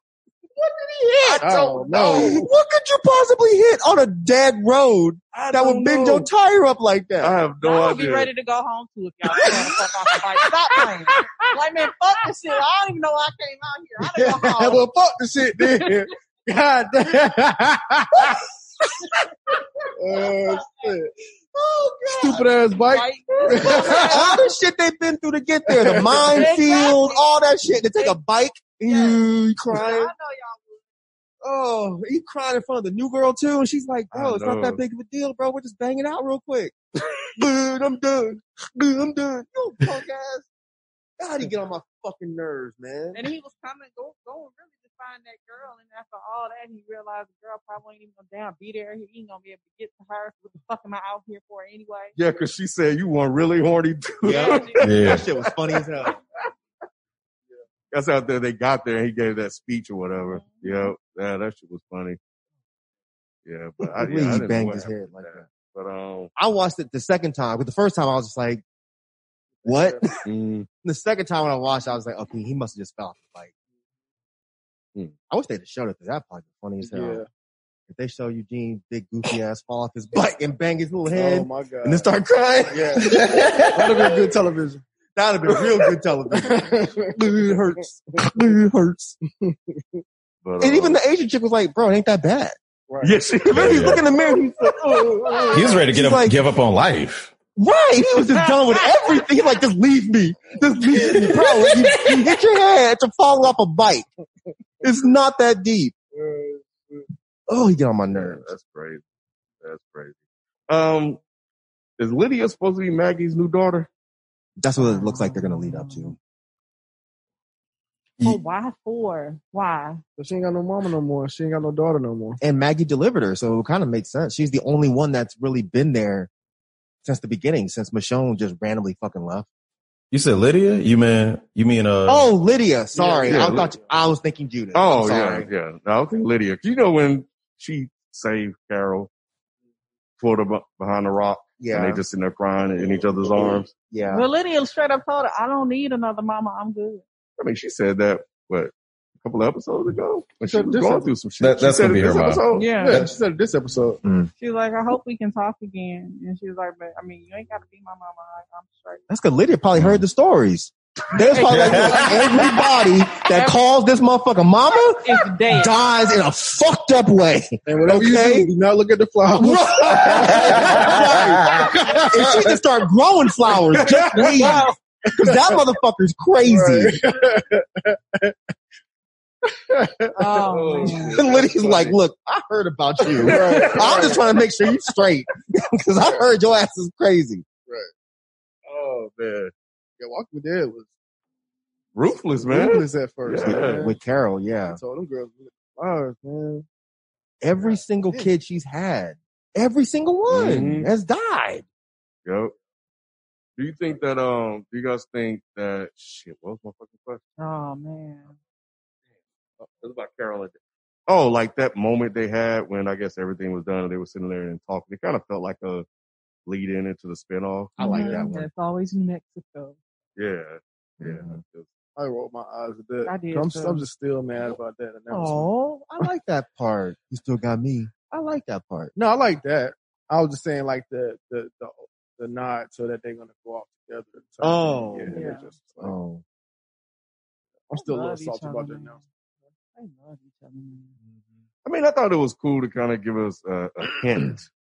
Speaker 3: Oh, no.
Speaker 5: What could you possibly hit on a dead road that would bend your tire up like
Speaker 1: I
Speaker 5: that?
Speaker 1: have
Speaker 2: I
Speaker 1: no
Speaker 2: would be
Speaker 1: idea.
Speaker 2: ready to go home too if y'all trying to fuck off the bike. Stop playing. Like man, fuck this shit. I don't even know why I came out here. I don't go home.
Speaker 3: well, fuck the shit then. God damn. Uh, shit.
Speaker 5: Oh, God.
Speaker 3: Stupid ass bike.
Speaker 2: Like,
Speaker 5: all the shit they've been through to get there, the minefield, all that shit. To take a bike, you
Speaker 2: I know
Speaker 5: crying.
Speaker 2: y'all.
Speaker 5: Oh, he cried in front of the new girl too, and she's like,
Speaker 1: I
Speaker 5: "Bro, it's not
Speaker 1: know.
Speaker 5: that big of a deal, bro. We're just banging out real quick." Dude, I'm done. Dude, I'm done. You punk ass. God, he get on my fucking nerves, man.
Speaker 2: And he was coming, go, going really to find that girl. And after all that, he realized the girl probably ain't even gonna down be there. He ain't gonna be able to get to her. What the fuck am I out here for anyway?
Speaker 1: Yeah, because she said you weren't really horny. dude."
Speaker 5: Yeah.
Speaker 4: yeah,
Speaker 5: shit was funny as hell.
Speaker 1: That's out there. They got there and he gave that speech or whatever. Yep. Yeah, that shit was funny. Yeah, but I, yeah, I
Speaker 5: he
Speaker 1: didn't know
Speaker 5: banged
Speaker 1: what
Speaker 5: his
Speaker 1: happened
Speaker 5: head
Speaker 1: with
Speaker 5: like that.
Speaker 1: But um,
Speaker 5: I watched it the second time, but the first time I was just like, "What?"
Speaker 1: mm,
Speaker 5: the second time when I watched, I was like, "Okay, he must have just fell off the bike."
Speaker 1: Hmm.
Speaker 5: I wish they'd have showed it because that part funny as hell.
Speaker 3: Yeah.
Speaker 5: If they show Eugene big goofy ass fall off his bike and bang his little head
Speaker 3: Oh my god.
Speaker 5: and then start crying,
Speaker 3: yeah. That'd have been good television.
Speaker 5: that'd have been real good television. it hurts. it hurts.
Speaker 1: but
Speaker 5: And
Speaker 1: um,
Speaker 5: even the Asian chick was like, "Bro, it ain't that bad."
Speaker 3: Right.
Speaker 1: yeah, she,
Speaker 5: He's
Speaker 4: Yeah.
Speaker 5: looking in the mirror. He's like, oh, oh.
Speaker 4: he was ready to
Speaker 5: She's
Speaker 4: get up,
Speaker 5: like-
Speaker 4: give up on life.
Speaker 5: Right, he was just done with everything. He's like, "Just leave me, just leave me, bro." You, you hit your head after falling off a bike. It's not that deep.
Speaker 3: Uh,
Speaker 5: Oh, he get on my
Speaker 1: Yeah,
Speaker 5: nerves.
Speaker 1: that's crazy. That's crazy. Um, is Lydia supposed to be Maggie's new daughter?
Speaker 5: That's what it looks like they're gonna lead up to.
Speaker 2: Oh, why for? Why?
Speaker 3: But she ain't got no mama no more. She ain't got no daughter no more.
Speaker 5: and Maggie delivered her. So it kind of makes sense. She's the only one that's really been there since the beginning, since Michonne just randomly fucking left.
Speaker 4: You said Lydia? You mean you mean uh?
Speaker 5: Oh, Lydia. Sorry.
Speaker 1: Yeah, yeah,
Speaker 5: I thought I was thinking Judith.
Speaker 1: Oh
Speaker 5: I'm sorry.
Speaker 1: yeah, yeah. No, I don't think Lydia. You know when she saved Carol, pulled her bu- behind the rock,
Speaker 5: Yeah.
Speaker 1: and they just sitting there crying in each other's arms.
Speaker 5: yeah.
Speaker 2: Well, Lydia straight up told her, "I don't need another mama. I'm good."
Speaker 1: I mean, she said that what a couple of episodes ago when she
Speaker 3: Said
Speaker 1: was
Speaker 3: this
Speaker 1: going
Speaker 3: episode.
Speaker 1: through some shit.
Speaker 4: That-
Speaker 1: She
Speaker 4: that's
Speaker 1: said
Speaker 4: gonna
Speaker 1: it
Speaker 4: be
Speaker 1: this
Speaker 4: her mom.
Speaker 1: episode.
Speaker 2: Yeah.
Speaker 3: Yeah, she said it this episode.
Speaker 2: She was like, "I hope we can talk again." And she was like, "But I mean, you ain't got to be my mama. I, I'm straight."
Speaker 5: That's because Lydia probably heard
Speaker 1: Mm.
Speaker 5: the stories. There's probably like everybody that calls this motherfucker mama
Speaker 2: It's dead.
Speaker 5: dies in a fucked up way.
Speaker 3: And whatever
Speaker 5: Okay.
Speaker 3: you do, do not look at the flowers.
Speaker 5: if she can start growing flowers, just leave. Because that motherfucker's crazy.
Speaker 2: Oh, man.
Speaker 5: And Lydia's like, look, I heard about you. I'm just trying to make sure you're straight because I heard your ass is crazy.
Speaker 1: Oh man,
Speaker 3: Yeah, Walking Dead was
Speaker 1: Ruthless, man.
Speaker 3: Ruthless at first.
Speaker 1: Yeah.
Speaker 3: man.
Speaker 5: with Carol. Yeah,
Speaker 3: I told them girls, flowers, man.
Speaker 5: every single kid she's had, every single one
Speaker 1: Mhm.
Speaker 5: has died.
Speaker 1: Yep. Do you think that um? Do you guys think that shit? What was my fucking question?
Speaker 2: Oh man.
Speaker 1: It was about Carol. Oh, like that moment they had when I guess everything was done and they were sitting there and talking. It kind of felt like a lead in into the spinoff.
Speaker 5: I like that
Speaker 2: Mhm.
Speaker 5: one.
Speaker 2: It's always New Mexico.
Speaker 1: Yeah. Yeah.
Speaker 5: Mhm.
Speaker 3: I rolled my eyes at that.
Speaker 2: I did,
Speaker 3: I'm,
Speaker 2: too.
Speaker 3: I'm just still mad about that. announcement.
Speaker 5: Oh, I like that part. You still got me. I like that part.
Speaker 3: No, I like that. I was just saying like the the the, the nod so that they're gonna go off together. So,
Speaker 5: Oh.
Speaker 3: yeah,
Speaker 2: Yeah.
Speaker 3: it's just like-
Speaker 5: Oh,
Speaker 3: I'm still a
Speaker 2: They
Speaker 3: little
Speaker 2: love each
Speaker 3: salty
Speaker 2: other,
Speaker 3: about that
Speaker 2: man.
Speaker 3: now.
Speaker 2: They love each other, man.
Speaker 1: I mean, I thought it was cool to kind of give us a, a hint.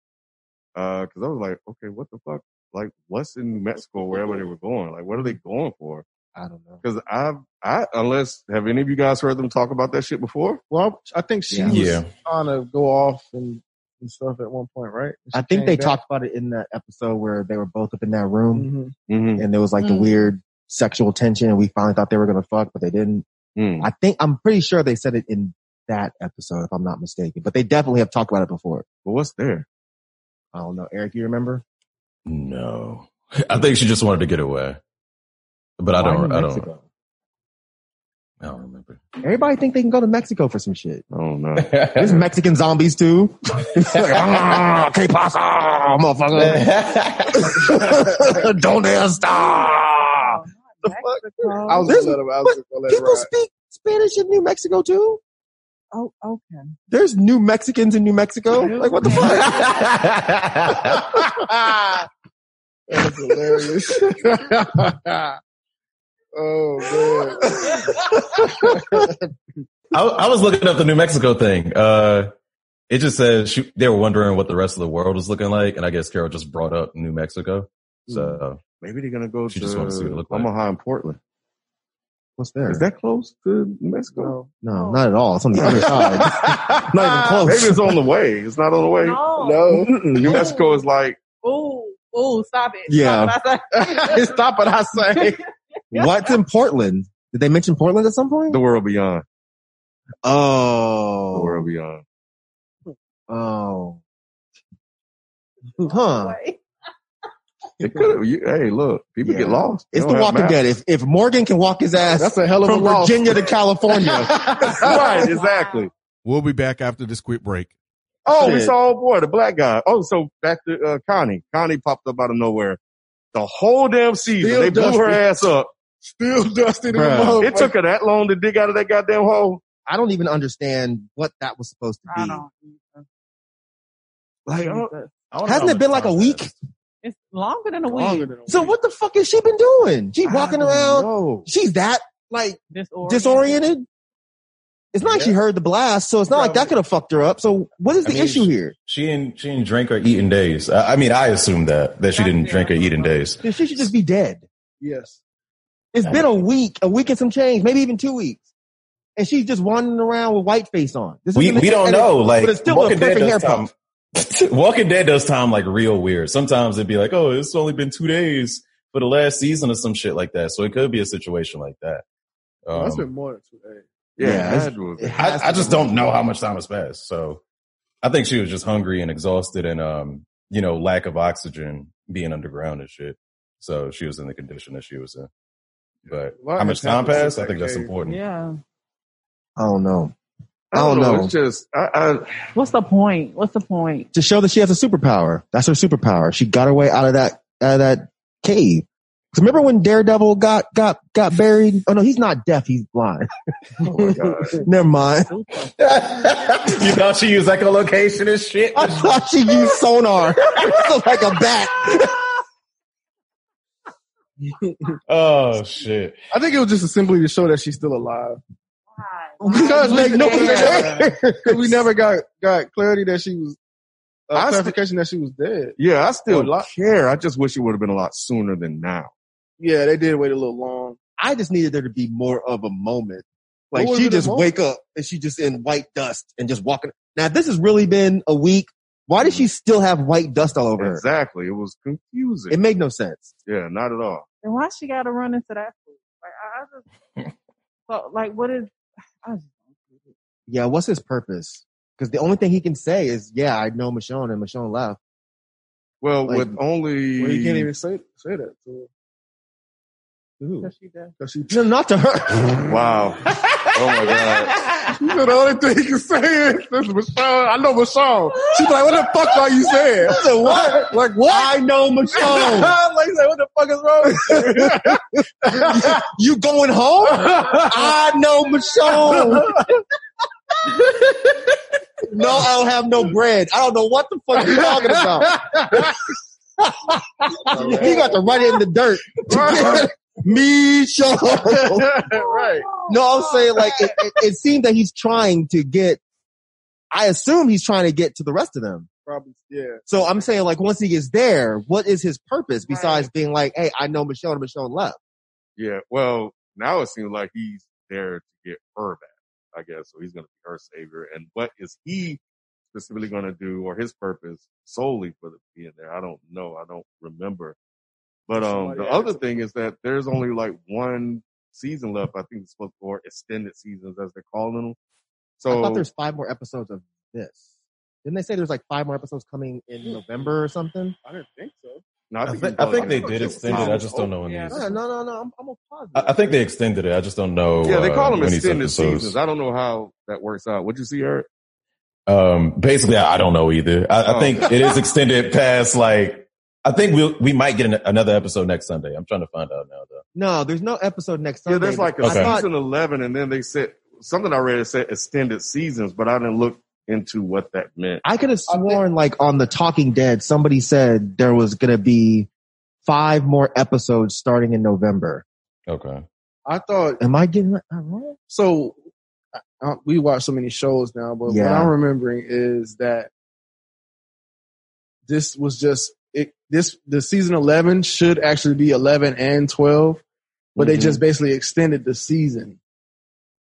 Speaker 1: Uh, cause I was like, okay, what the fuck? Like, what's in New Mexico, wherever they were going? Like, what are they going for?
Speaker 5: I don't know.
Speaker 1: Cause I've, I, unless, have any of you guys heard them talk about that shit before?
Speaker 3: Well, I think she
Speaker 5: Yeah.
Speaker 3: was
Speaker 4: Yeah.
Speaker 3: trying to go off and, and stuff at one point, right? She
Speaker 5: I think
Speaker 3: came
Speaker 5: they
Speaker 3: back.
Speaker 5: talked about it in that episode where they were both up in that room
Speaker 3: Mhm.
Speaker 1: Mm-hmm.
Speaker 5: and there was like the
Speaker 2: Mm.
Speaker 5: weird sexual tension and we finally thought they were going to fuck, but they didn't.
Speaker 1: Mm.
Speaker 5: I think I'm pretty sure they said it in that episode, if I'm not mistaken, but they definitely have talked about it before.
Speaker 1: But what's there?
Speaker 5: I don't know. Eric, you remember?
Speaker 4: No, I think she just wanted to get away, but I
Speaker 5: Why
Speaker 4: don't.
Speaker 5: New
Speaker 4: I don't.
Speaker 5: Mexico?
Speaker 4: I don't remember.
Speaker 5: Everybody think they can go to Mexico for some shit.
Speaker 1: I don't know.
Speaker 5: There's Mexican zombies too. It's like, ah, que pasa, motherfucker? Don't dare stop.
Speaker 2: Oh, not Mexico.
Speaker 3: I was
Speaker 5: This-
Speaker 3: a little, I was just gonna let it
Speaker 5: People
Speaker 3: ride.
Speaker 5: speak Spanish in New Mexico too.
Speaker 2: oh, okay.
Speaker 5: There's new Mexicans in New Mexico. Like what the fuck?
Speaker 3: That's hilarious. oh man.
Speaker 4: I, I was looking up the New Mexico thing. Uh, it just says she, they were wondering what the rest of the world was looking like, and I guess Carol just brought up New Mexico. So
Speaker 1: Maybe they're going to go
Speaker 4: She
Speaker 1: to
Speaker 4: just wanna see what it looked like.
Speaker 1: Omaha and Portland.
Speaker 5: What's there?
Speaker 1: Is that close to New Mexico?
Speaker 3: No.
Speaker 5: no, not at all. It's on the other side. Not even close.
Speaker 1: Maybe it's on the way. It's not on the way.
Speaker 3: No.
Speaker 1: New Mexico is like,
Speaker 2: Oh, oh, stop it.
Speaker 5: Yeah.
Speaker 2: Stop it. I said-
Speaker 5: Stop what I say. What's in Portland? Did they mention Portland at some point?
Speaker 1: the world beyond. The
Speaker 5: Oh.
Speaker 1: world beyond.
Speaker 5: Oh. Huh.
Speaker 1: It could have. You, hey, look, people
Speaker 5: Yeah.
Speaker 1: get lost. They
Speaker 5: It's
Speaker 1: don't
Speaker 5: The
Speaker 1: have
Speaker 5: Walking
Speaker 1: maps.
Speaker 5: Dead. If, if Morgan can walk his ass
Speaker 3: That's a hell of a
Speaker 5: from
Speaker 3: loss.
Speaker 5: Virginia to California.
Speaker 1: right, exactly.
Speaker 6: We'll be back after this quick break.
Speaker 1: Oh, we
Speaker 5: Shit.
Speaker 1: saw boy, the black guy. Oh, so back to uh, Connie. Connie popped up out of nowhere. The whole damn season,
Speaker 3: Still
Speaker 1: they blew her
Speaker 3: dusty.
Speaker 1: ass up. Uh,
Speaker 3: Still dusty to the
Speaker 5: Bruh.
Speaker 3: motherfucker.
Speaker 1: It took her that long to dig out of that goddamn hole.
Speaker 5: I don't even understand what that was supposed to
Speaker 2: I
Speaker 5: be.
Speaker 2: don't. either.
Speaker 1: Like, I don't-
Speaker 2: Jesus.
Speaker 4: uh, I don't know
Speaker 5: Hasn't
Speaker 4: how
Speaker 5: it been
Speaker 4: much
Speaker 5: like a
Speaker 4: time
Speaker 5: week?
Speaker 4: passed.
Speaker 2: It's longer than a
Speaker 3: longer
Speaker 2: week.
Speaker 3: than a
Speaker 5: So
Speaker 3: week.
Speaker 5: what the fuck has she been doing? She walking around.
Speaker 1: know.
Speaker 5: She's that like
Speaker 2: Disoriented.
Speaker 5: disoriented. It's not like she heard the blast, so it's not like that could have fucked her up. So what is
Speaker 4: I
Speaker 5: the
Speaker 4: mean,
Speaker 5: issue here?
Speaker 4: She didn't. She didn't drink or eat in days. I, I mean, I assume that that she didn't drink or eat in days.
Speaker 5: She should just be dead.
Speaker 3: Yes.
Speaker 5: It's been a week, a week and some change, maybe even two weeks. And she's just wandering around with white face on. This
Speaker 4: We
Speaker 5: isn't-
Speaker 4: we don't
Speaker 5: and it-
Speaker 4: know. Like
Speaker 5: but it's still
Speaker 4: Walking
Speaker 5: a
Speaker 4: Dead
Speaker 5: perfect hair
Speaker 4: does
Speaker 5: puff.
Speaker 4: time. Walking Dead does time like real weird. Sometimes it'd be like, oh, it's only been two days for the last season or some shit like that. So it could be a situation like that.
Speaker 3: Well, that's
Speaker 4: Um,
Speaker 3: been more than two days.
Speaker 1: Yeah,
Speaker 5: Yeah, it's-
Speaker 1: that was-
Speaker 5: It has to
Speaker 4: I, I just
Speaker 5: be.
Speaker 4: don't know how much time has passed. So I think she was just hungry and exhausted and, um, you know, lack of oxygen being underground and shit. So she was in the condition that she was in. But
Speaker 3: What
Speaker 4: how
Speaker 3: has
Speaker 4: much time
Speaker 3: happened since
Speaker 4: passed? I
Speaker 3: that
Speaker 4: think that's
Speaker 3: cave?
Speaker 4: important.
Speaker 2: Yeah.
Speaker 5: I don't know.
Speaker 1: I don't
Speaker 5: I don't
Speaker 1: know.
Speaker 5: know.
Speaker 1: It's just, I, I,
Speaker 2: What's the point? What's the point?
Speaker 5: To show that she has a superpower. That's her superpower. She got her way out of that out of that cave. 'Cause remember when Daredevil got got got buried? Oh no, he's not deaf. He's blind.
Speaker 1: oh my God.
Speaker 5: Never mind.
Speaker 4: you thought she used like a location and shit?
Speaker 5: I thought she used sonar. Looked like a bat.
Speaker 4: Oh shit.
Speaker 3: I think it was just simply to show that she's still alive.
Speaker 5: Because like nobody
Speaker 3: Yeah.
Speaker 5: cares.
Speaker 3: 'Cause we never got got clarity that she was uh,
Speaker 1: I st-
Speaker 3: clarification that she was dead.
Speaker 1: Yeah, I still
Speaker 3: Or lo-
Speaker 1: care. I just wish it would have been a lot sooner than now.
Speaker 3: Yeah, they did wait a little long.
Speaker 5: I just needed there to be more of a moment. Like
Speaker 3: What was
Speaker 5: she
Speaker 3: it, a
Speaker 5: just
Speaker 3: moment?
Speaker 5: wake up and she just in white dust and just walking. Now if this has really been a week. Why
Speaker 3: Mm-hmm.
Speaker 5: does she still have white dust all over her?
Speaker 1: Exactly. It was confusing.
Speaker 5: It made no sense.
Speaker 1: yeah, not at all.
Speaker 2: And why she got to run into that? fool? Like I, I just, but like, what is? I just don't get it.
Speaker 5: Yeah, what's his purpose? Because the only thing he can say is, "Yeah, I know Michonne, and Michonne left."
Speaker 1: Well,
Speaker 5: Like-
Speaker 1: with only
Speaker 3: Well, you can't even say say that to her.
Speaker 2: Does she do?
Speaker 3: Cause she,
Speaker 5: No, not to her.
Speaker 1: wow. Oh my god.
Speaker 3: you know, the only thing you can say is, this is Michelle. I know Michelle. She's like, what the fuck are you saying? what? Like,
Speaker 5: I know Michonne.
Speaker 3: like, say, what the fuck is wrong?
Speaker 5: you going home? I know Michonne. no, I don't have no bread. I don't know what the fuck you're talking about. you got to write it in the dirt. Michonne.
Speaker 3: right.
Speaker 5: No, I'm saying like it, it, it seemed that he's trying to get. I assume he's trying to get to the rest of them.
Speaker 3: Probably, yeah.
Speaker 5: So I'm saying like once he gets there, what is his purpose besides being like, hey, I know Michelle and Michelle left.
Speaker 1: Yeah. Well, now it seems like he's there to get her back, I guess. So he's going to be her savior. And what is he specifically going to do or his purpose solely for the being there? I don't know. I don't remember. But, um,
Speaker 3: Somebody
Speaker 1: the
Speaker 3: asked
Speaker 1: other
Speaker 3: him.
Speaker 1: thing is that there's only like one season left. I think it's supposed to, or extended seasons as they're calling them.
Speaker 5: I thought
Speaker 1: So
Speaker 5: there's five more episodes of this. Didn't they say there's like five more episodes coming in November or something?
Speaker 3: I didn't think so.
Speaker 1: no,
Speaker 4: I
Speaker 1: it's
Speaker 4: think, I think
Speaker 1: like-
Speaker 4: they did extend it. I just don't know when
Speaker 2: Yeah,
Speaker 4: these.
Speaker 5: No, no, no, no. I'm, I'm a positive.
Speaker 4: I I think they extended it. I just don't know.
Speaker 1: Yeah, they
Speaker 4: uh,
Speaker 1: call them
Speaker 4: when these
Speaker 1: extended
Speaker 4: episodes-
Speaker 1: seasons. I don't know how that works out. What'd you see, Eric?
Speaker 4: Um, basically, I I don't know either. I,
Speaker 1: Oh.
Speaker 4: I think it is extended past like, I think we'll, we might get an, another episode next Sunday. I'm trying to find out now though.
Speaker 5: No, there's no episode next
Speaker 1: Yeah,
Speaker 5: Sunday.
Speaker 1: there's like a
Speaker 5: I
Speaker 4: Okay.
Speaker 5: thought-
Speaker 1: season eleven, and then they said something I read said extended seasons, but I didn't look into what that meant.
Speaker 5: I could have sworn like on the Talking Dead, somebody said there was gonna be five more episodes starting in November.
Speaker 4: Okay.
Speaker 3: I thought
Speaker 5: Am I getting that wrong?
Speaker 3: so. I, I, we watch so many shows now, but what
Speaker 5: Yeah.
Speaker 3: I'm remembering is that this was just it. This the season 11 should actually be 11 and 12, but they
Speaker 1: Mhm.
Speaker 5: Mm-hmm.
Speaker 3: just basically extended the season.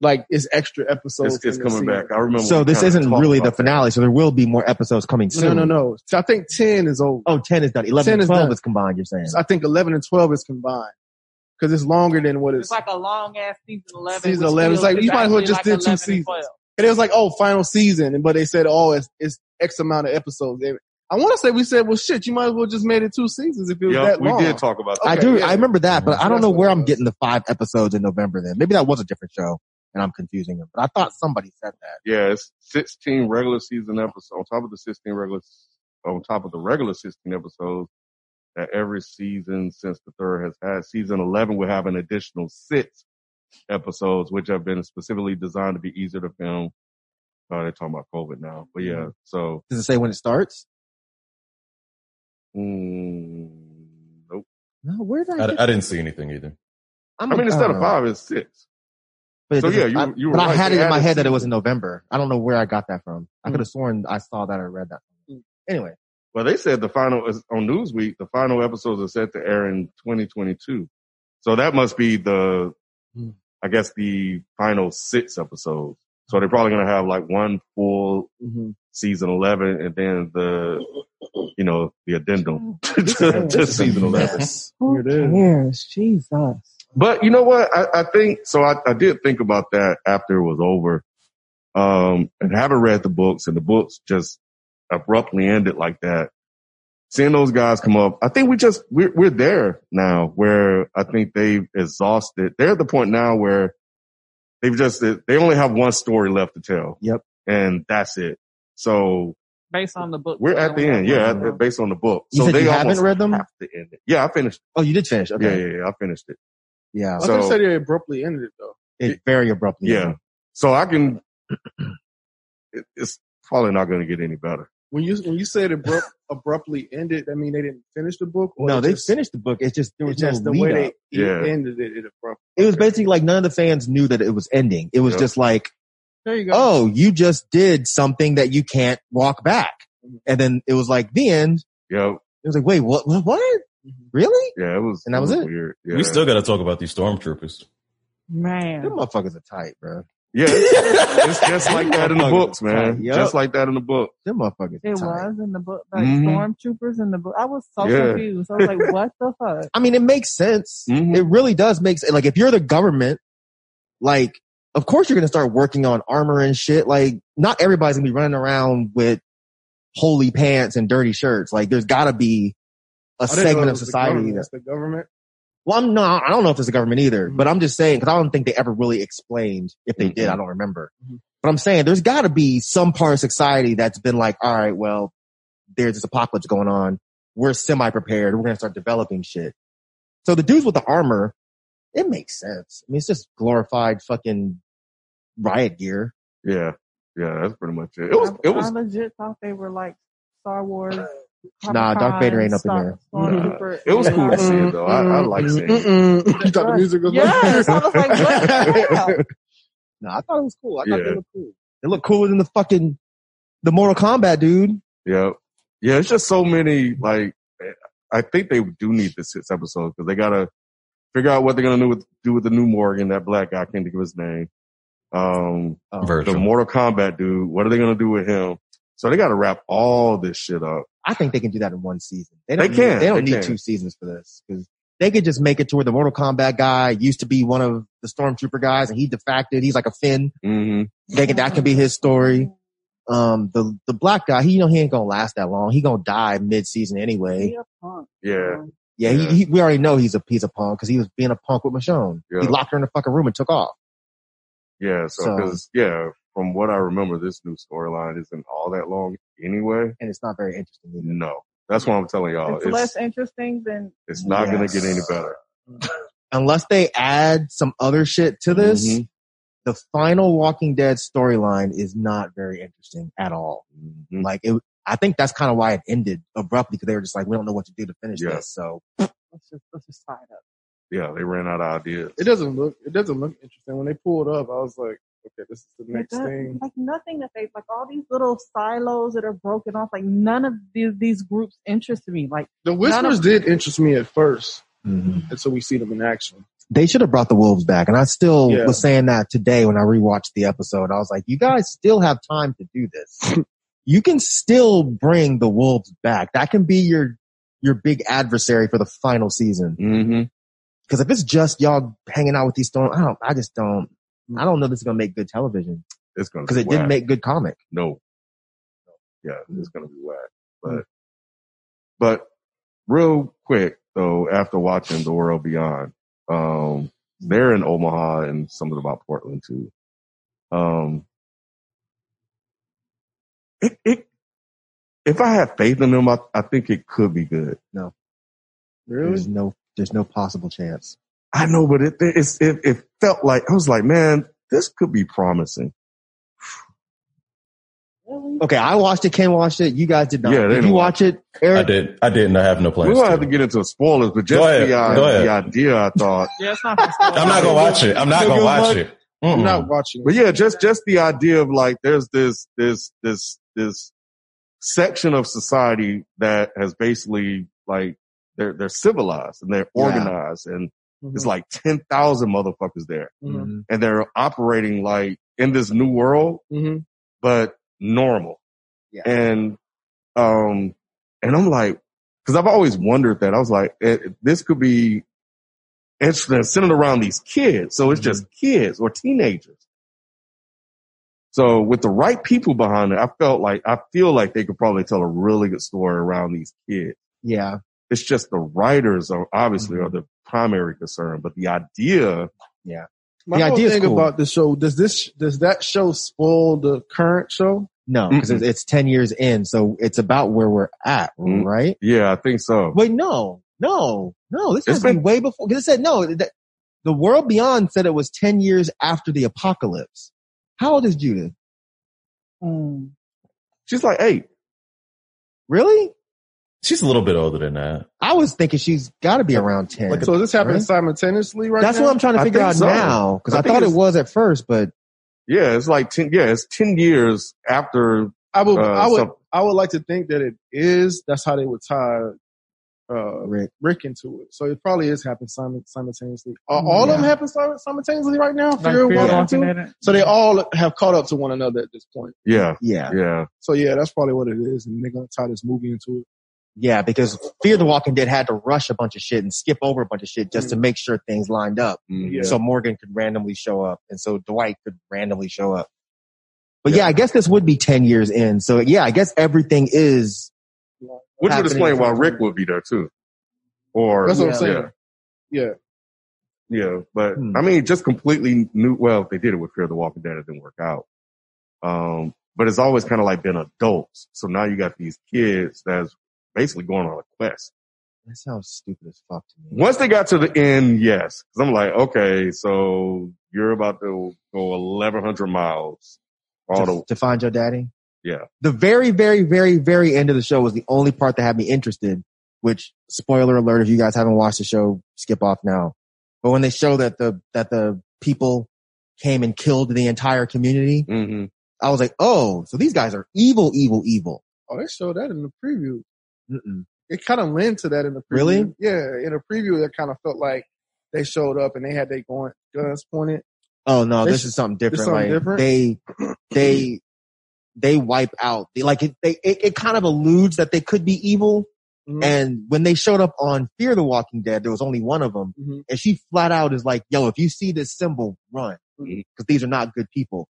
Speaker 3: Like it's extra episodes.
Speaker 1: It's, it's
Speaker 3: in the
Speaker 1: coming
Speaker 3: season.
Speaker 1: back. I remember.
Speaker 5: So
Speaker 1: we
Speaker 5: this
Speaker 1: kinda
Speaker 5: isn't
Speaker 1: talked
Speaker 5: really the
Speaker 1: about that.
Speaker 5: finale, so there will be more episodes coming soon.
Speaker 3: No, no, no. So I think 10 is over.
Speaker 5: Oh, 10 is done. 11
Speaker 3: 10
Speaker 5: and
Speaker 3: is
Speaker 5: 12
Speaker 3: done.
Speaker 5: is combined, you're saying.
Speaker 3: I think 11 and 12 is combined because it's longer than what
Speaker 2: It's
Speaker 3: it's.
Speaker 2: like a long ass season eleven.
Speaker 3: Season
Speaker 2: which
Speaker 3: 11, it's like,
Speaker 2: feels
Speaker 3: you might as well
Speaker 2: actually
Speaker 3: just did two
Speaker 2: 11 and
Speaker 3: seasons.
Speaker 2: 12.
Speaker 3: And it was like, oh, final season. But they said, oh, it's, it's X amount of episodes. And I want to say we said, well, shit, you might as well just made it two seasons if it was
Speaker 1: Yep,
Speaker 3: that
Speaker 1: we
Speaker 3: long.
Speaker 1: did talk about that.
Speaker 5: I
Speaker 3: okay,
Speaker 5: do,
Speaker 3: yeah.
Speaker 5: I remember that, but I
Speaker 3: So
Speaker 5: don't
Speaker 3: that's
Speaker 5: know
Speaker 3: what
Speaker 5: where
Speaker 3: it
Speaker 5: I'm
Speaker 3: was.
Speaker 5: getting the five episodes in November then. Maybe that was a different show and I'm confusing them, but I thought somebody said that.
Speaker 1: Yeah, it's 16 regular season episodes on top of the 16 regular on top of the regular 16 episodes that every season since the third has had. Season 11 will have an additional six episodes, which have been specifically designed to be easier to film. Uh, they're talking about COVID now, but yeah, so.
Speaker 5: Does it say when it starts?
Speaker 1: Mm, nope.
Speaker 5: No, where did I, get
Speaker 4: I, I didn't see anything either.
Speaker 5: I'm
Speaker 1: I mean,
Speaker 5: like,
Speaker 1: instead
Speaker 3: uh,
Speaker 1: of
Speaker 5: oh.
Speaker 1: five, it's six.
Speaker 5: But it
Speaker 1: So, yeah,
Speaker 5: doesn't-
Speaker 1: you-
Speaker 5: I-
Speaker 1: you were
Speaker 5: But I
Speaker 1: right.
Speaker 5: had
Speaker 1: They
Speaker 5: it in my
Speaker 1: added
Speaker 5: head that it was in
Speaker 1: season.
Speaker 5: November. I don't know where I got that from. I
Speaker 1: Mm.
Speaker 5: could have sworn I saw that or read that. Anyway,
Speaker 1: Well, they said the final is on Newsweek. The final episodes are set to air in 2022. So that must be the,
Speaker 3: Hmm.
Speaker 1: I guess the final six episodes. So they're probably going to have like one full
Speaker 5: Mm-hmm.
Speaker 3: Mhm.
Speaker 1: season 11 and then the, you know, the addendum to, to
Speaker 2: This
Speaker 1: season 11.
Speaker 2: Who
Speaker 3: It is.
Speaker 2: cares? Jesus.
Speaker 1: But you know what? I, I think so. I, I did think about that after it was over, um, and having read the books, and the books just abruptly ended like that. Seeing those guys come up, I think we just we're we're there now where I think they've exhausted. They're at the point now where they've just they only have one story left to tell.
Speaker 5: Yep.
Speaker 1: and that's it. So
Speaker 2: Based on the book.
Speaker 1: we're at the end. Yeah, at the- based on the book.
Speaker 5: You
Speaker 1: so
Speaker 5: said
Speaker 1: they
Speaker 5: you haven't
Speaker 1: almost
Speaker 5: read them?
Speaker 1: have to end it. Yeah, I finished.
Speaker 5: oh, you did finish.
Speaker 1: Yeah,
Speaker 5: Okay.
Speaker 1: yeah, yeah, I finished it.
Speaker 5: Yeah.
Speaker 3: I
Speaker 1: So-
Speaker 3: thought you said it abruptly ended it though.
Speaker 5: It very abruptly.
Speaker 1: Yeah. So I can, it, it's probably not going to get any better.
Speaker 3: When you when you said abrupt, abruptly ended, that mean they didn't finish the book. or
Speaker 5: No,
Speaker 3: it
Speaker 5: they
Speaker 3: just-
Speaker 5: finished the book. It's just there was
Speaker 3: It's just
Speaker 5: no
Speaker 3: the way
Speaker 5: lead
Speaker 3: they
Speaker 5: up.
Speaker 3: it
Speaker 1: Yeah.
Speaker 3: ended it. It abruptly.
Speaker 5: It was basically like none of the fans knew that it was ending. It was
Speaker 1: Yep.
Speaker 5: just like,
Speaker 3: There you go.
Speaker 5: oh, you just did something that you can't walk back.
Speaker 3: Mm-hmm.
Speaker 5: And then it was like the end.
Speaker 1: Yeah.
Speaker 5: It was like, wait, what? What? what?
Speaker 3: Mhm.
Speaker 5: Really?
Speaker 1: Yeah. It was,
Speaker 5: And that was it?
Speaker 1: Weird. Yeah.
Speaker 4: We still got to talk about these stormtroopers.
Speaker 5: Them
Speaker 2: Man.
Speaker 5: motherfuckers are tight, bro.
Speaker 1: Yeah, it's, it's just like that in the
Speaker 5: Motherfuckers
Speaker 1: books,
Speaker 5: tight.
Speaker 1: man.
Speaker 5: Yup.
Speaker 1: Just like that in the book.
Speaker 5: Them motherfuckers.
Speaker 2: It
Speaker 5: tight.
Speaker 2: was in the book, like
Speaker 1: Mhm.
Speaker 2: stormtroopers in the book. I was so
Speaker 1: Yeah.
Speaker 2: confused. I was like, what the fuck?
Speaker 5: I mean, it makes sense.
Speaker 3: Mm-hmm.
Speaker 1: Mhm.
Speaker 5: It really does make sense. Like, if you're the government, like, of course you're going to start working on armor and shit. Like, not everybody's going to be running around with holy pants and dirty shirts. Like, there's got to be a
Speaker 3: I Oh, didn't know
Speaker 5: segment
Speaker 3: it
Speaker 5: of
Speaker 3: was the
Speaker 5: society
Speaker 3: government.
Speaker 5: that.
Speaker 3: It's the government.
Speaker 5: Well, I'm not, I don't know if it's the government either,
Speaker 2: Mm-hmm.
Speaker 3: Mhm.
Speaker 5: but I'm just saying, cause I don't think they ever really explained. If they did, I don't remember.
Speaker 2: Mm-hmm.
Speaker 5: But I'm saying there's gotta be some part of society that's been like, all right, well, there's this apocalypse going on. We're semi-prepared. We're gonna start developing shit. So the dudes with the armor, it makes sense. I mean, it's just glorified fucking riot gear.
Speaker 1: Yeah, yeah, that's pretty much it. It was, it
Speaker 2: I
Speaker 1: was.
Speaker 2: legit thought they were like Star Wars.
Speaker 5: Nah, Darth
Speaker 2: Comic-Con,
Speaker 5: Vader ain't up in
Speaker 2: Star-
Speaker 5: there. Mm-hmm.
Speaker 2: Stormtrooper,
Speaker 1: It was
Speaker 2: and
Speaker 1: cool to
Speaker 2: Iron
Speaker 1: see it though. I, I like seeing it.
Speaker 3: Mm-mm. You thought the
Speaker 2: Right.
Speaker 3: music was
Speaker 2: Yes, I was like, what the hell?
Speaker 5: No, I thought it was cool. I thought
Speaker 1: Yeah.
Speaker 5: they looked cool. They look cooler than the fucking, the Mortal Kombat dude.
Speaker 1: Yeah, yeah. It's just so many. Like, I think they do need the sixth episode because they gotta figure out what they're gonna do with do with the new Morgan, that black guy. I can't think of his name. Um,
Speaker 5: Oh.
Speaker 1: the
Speaker 4: Virgil.
Speaker 1: Mortal Kombat dude. What are they gonna do with him? So they gotta wrap all this shit up.
Speaker 5: I think they can do that in one season. They don't
Speaker 1: They
Speaker 5: need,
Speaker 1: can.
Speaker 5: They don't
Speaker 1: They
Speaker 5: need
Speaker 1: can.
Speaker 5: two seasons for this because they could just make it to where the Mortal Kombat guy used to be one of the stormtrooper guys and he defected. He's like a Finn.
Speaker 1: hmm
Speaker 5: They can, that can be his story. Um, the, the black guy, he, you know, he ain't gonna last that long. He gonna die mid season anyway.
Speaker 2: He a punk,
Speaker 1: Yeah,
Speaker 2: man.
Speaker 1: Yeah.
Speaker 5: Yeah. He, he, we already know he's a piece of punk because he was being a punk with Michonne. He
Speaker 1: Yeah.
Speaker 5: locked her in the fucking room and took off.
Speaker 1: yeah. So,
Speaker 5: So-
Speaker 1: because yeah, from what I remember, this new storyline isn't all that long anyway.
Speaker 5: And it's not very interesting. either.
Speaker 1: No, that's what I'm telling y'all.
Speaker 2: It's,
Speaker 1: Oh, It's
Speaker 2: less interesting than
Speaker 1: it's not gonna get any better.
Speaker 5: Unless they add some other shit to this,
Speaker 1: Mhm.
Speaker 5: the final Walking Dead storyline is not very interesting at all.
Speaker 1: Mhm.
Speaker 5: Like it, I think that's kind of why it ended abruptly because they were just like, we don't know what to do to finish
Speaker 1: Yeah.
Speaker 5: this. So
Speaker 2: let's just let's just tie it up.
Speaker 1: Yeah, they ran out of ideas.
Speaker 3: It doesn't look. It doesn't look interesting. When they pulled up, I was like, okay, this is the next
Speaker 2: like, that-
Speaker 3: thing.
Speaker 2: like nothing that they like all these little silos that are broken off. Like none of these these groups interest me. Like
Speaker 3: The whispers did interest me at first until we see them in action.
Speaker 5: they should have brought the wolves back. And I still
Speaker 3: Yeah.
Speaker 5: was saying that today when I rewatched the episode, I was like, you guys still have time to do this. you can still bring the wolves back. That can be your, your big adversary for the final season.
Speaker 1: Mm-hmm.
Speaker 5: Cause if it's just y'all hanging out with these storm, I don't, I just don't, I don't know if this is going to make good television
Speaker 1: It's gonna
Speaker 5: because
Speaker 1: be
Speaker 5: it didn't
Speaker 1: whack.
Speaker 5: make good comic.
Speaker 1: no. Yeah,
Speaker 4: Mm.
Speaker 1: it's gonna be whack. But but real quick though, after watching The World Beyond, um, they're in Omaha and something about Portland too. Um it, it if I had faith in them, I, I think it could be good.
Speaker 5: There's no, there's no possible chance.
Speaker 1: I know, but it it's, it it felt like I was like, man, this could be promising.
Speaker 2: really?
Speaker 5: Okay, I watched it. Ken watched it. You guys did not.
Speaker 1: Yeah, they
Speaker 5: did
Speaker 1: didn't
Speaker 5: you watch it,
Speaker 4: I
Speaker 5: Eric?
Speaker 4: did. I didn't. I have no
Speaker 1: We're
Speaker 4: plans.
Speaker 1: gonna
Speaker 4: to.
Speaker 1: have to get into spoilers, but just
Speaker 4: Go ahead.
Speaker 1: the, uh,
Speaker 4: Go ahead.
Speaker 1: the idea I thought
Speaker 2: Yeah, it's not.
Speaker 4: I'm not gonna watch it. I'm not
Speaker 5: Still
Speaker 4: gonna
Speaker 5: good
Speaker 4: watch
Speaker 5: luck.
Speaker 4: it.
Speaker 3: I'm
Speaker 4: Mm-mm.
Speaker 3: not watching.
Speaker 1: But yeah, just just the idea of like there's this this this this section of society that has basically like they're they're civilized and they're
Speaker 5: Yeah.
Speaker 1: organized and
Speaker 3: Mhm.
Speaker 1: it's like ten thousand motherfuckers there
Speaker 3: Mhm.
Speaker 5: Mm-hmm.
Speaker 1: and they're operating like in this new world
Speaker 3: Mhm.
Speaker 1: but normal.
Speaker 5: Yeah.
Speaker 1: And um and I'm like because I've always wondered that I was like eh, this could be interesting centered around these kids so it's just kids or teenagers. So with the right people behind it, I felt like I feel like they could probably tell a really good story around these kids.
Speaker 5: Yeah.
Speaker 1: It's just the writers are obviously
Speaker 5: Mhm.
Speaker 1: are the primary concern, but the idea,
Speaker 3: My
Speaker 5: The
Speaker 3: whole
Speaker 5: idea's
Speaker 3: thing
Speaker 5: cool.
Speaker 3: about the show does this does that show spoil the current show?
Speaker 5: No, because it's, it's 10 years in. So it's about where we're at,
Speaker 1: Mm.
Speaker 5: right?
Speaker 1: yeah, I think so.
Speaker 5: Wait, no, no, no. This
Speaker 1: It's
Speaker 5: has been,
Speaker 1: been-
Speaker 5: way before. Because it said, no, that, the world beyond said it was 10 years after the apocalypse. How old is Judith?
Speaker 2: Mm.
Speaker 1: She's like, hey,
Speaker 5: Really?
Speaker 4: She's a little bit older than that.
Speaker 5: I was thinking she's got to be around 10.
Speaker 3: so is this happening
Speaker 5: Right?
Speaker 3: simultaneously right
Speaker 5: That's
Speaker 3: now?
Speaker 5: what I'm trying to
Speaker 1: I
Speaker 5: figure
Speaker 1: think
Speaker 5: out
Speaker 1: so.
Speaker 5: now. Because
Speaker 1: I
Speaker 5: I,
Speaker 1: think
Speaker 5: thought it
Speaker 1: it's-
Speaker 5: was at first, but
Speaker 1: yeah, it's like ten, yeah, it's ten years after
Speaker 3: I would
Speaker 1: Uh,
Speaker 3: I would
Speaker 1: some-
Speaker 3: I would like to think that it is. That's how they would tie uh,
Speaker 5: Rick.
Speaker 3: Rick into it. So it probably is happening simu- simultaneously. Are all of them happening sim- simultaneously right now? Fear
Speaker 2: Fear
Speaker 3: Walking
Speaker 2: Walking
Speaker 3: Dead?
Speaker 2: Dead.
Speaker 3: So they all have caught up to one another at this point.
Speaker 1: Yeah,
Speaker 5: Yeah.
Speaker 1: yeah.
Speaker 3: So yeah, that's probably what it is. And they're going to tie this movie into it.
Speaker 5: Yeah, because Fear the Walking Dead had to rush a bunch of shit and skip over a bunch of shit just to make sure things lined up.
Speaker 1: Mm-hmm.
Speaker 3: Yeah.
Speaker 5: So Morgan could randomly show up and so Dwight could randomly show up. But yeah, I guess this would be 10 years in. So yeah, I guess everything is,
Speaker 1: Which would
Speaker 5: Happening
Speaker 1: explain why Rick would be there too. Or
Speaker 3: That's what I'm
Speaker 1: yeah,
Speaker 3: saying. Yeah.
Speaker 1: Yeah, but
Speaker 5: Hmm.
Speaker 1: I mean, just completely new. Well, they did it with Fear the Walking Dead. It didn't work out. Um, but it's always kind of like been adults. So now you got these kids that's basically going on a quest.
Speaker 5: that sounds stupid as fuck to me.
Speaker 1: Once they got to the end, yes, because I'm like, okay, so you're about to go 1,100 miles all
Speaker 5: to, to find your daddy.
Speaker 1: Yeah.
Speaker 5: The very, very, very, very end of the show was the only part that had me interested, which spoiler alert. If you guys haven't watched the show, skip off now. But when they show that the, that the people came and killed the entire community,
Speaker 1: the. Mm-hmm.
Speaker 5: I was like, oh, so these guys are evil, evil, evil.
Speaker 3: Oh, they showed that in the preview.
Speaker 5: Mm-mm.
Speaker 3: It kind of lent to that in the preview.
Speaker 5: Really?
Speaker 3: Yeah. In the preview, it kind of felt like they showed up and they had their gun- guns pointed.
Speaker 5: Oh no,
Speaker 3: They
Speaker 5: this
Speaker 3: sh-
Speaker 5: is something different.
Speaker 3: something
Speaker 5: like
Speaker 3: different?
Speaker 5: they, they, they wipe out. They like it. They it, it kind of alludes that they could be evil.
Speaker 3: Mhm.
Speaker 5: And when they showed up on Fear the Walking Dead, there was only one of them,
Speaker 3: Mhm.
Speaker 5: and she flat out is like, "Yo, if you see this symbol, run,
Speaker 1: Mhm.
Speaker 5: because these are not good people."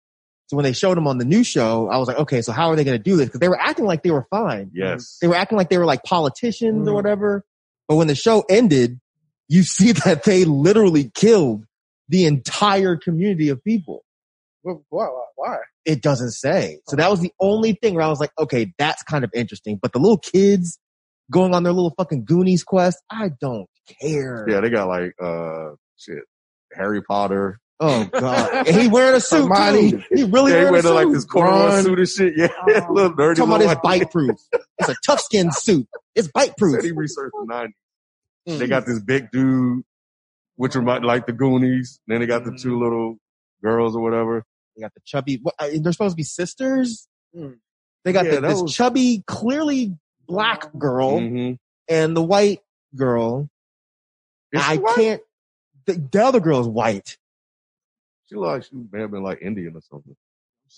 Speaker 5: So when they showed them on the new show, I was like, "Okay, so how are they going to do this?" Because they were acting like they were fine.
Speaker 1: Yes.
Speaker 5: they were acting like they were like politicians or
Speaker 3: Mm.
Speaker 5: whatever. But when the show ended, you see that they literally killed the entire community of people.
Speaker 3: Why? Why? why?
Speaker 5: It doesn't say. So that was the only thing where I was like, okay, that's kind of interesting. But the little kids going on their little fucking Goonies quest, I don't
Speaker 3: Mm-hmm.
Speaker 5: care.
Speaker 1: Yeah, they got like, uh, shit, Harry Potter.
Speaker 5: Oh god. and he wearing a suit too.
Speaker 3: Hermione.
Speaker 5: Oh, He really
Speaker 1: they
Speaker 5: wearing a
Speaker 1: went to
Speaker 5: suit.
Speaker 1: like this corduroy
Speaker 5: Ron.
Speaker 1: suit and shit. Yeah,
Speaker 2: Oh.
Speaker 1: little dirty.
Speaker 5: Uh-huh. Talking about
Speaker 1: little
Speaker 5: it's
Speaker 1: white-
Speaker 5: bite proof. It's a tough skin suit. It's bite proof.
Speaker 1: Said he researched the 90s.
Speaker 5: Hmm.
Speaker 3: Mm-hmm.
Speaker 1: They got this big dude, which remind like the Goonies. Then they got the
Speaker 5: Hmm.
Speaker 1: two little girls or whatever.
Speaker 5: They got the chubby. What, uh, they're supposed to be sisters.
Speaker 3: Mm.
Speaker 5: They got
Speaker 1: Hmm. Yeah,
Speaker 5: the,
Speaker 1: that
Speaker 5: this
Speaker 1: was-
Speaker 5: chubby, clearly black girl
Speaker 1: Mhm.
Speaker 5: and the white girl.
Speaker 1: Is she
Speaker 5: I
Speaker 1: white?
Speaker 5: can't. The, the other girl's white.
Speaker 1: She looked like she may have been like Indian or something.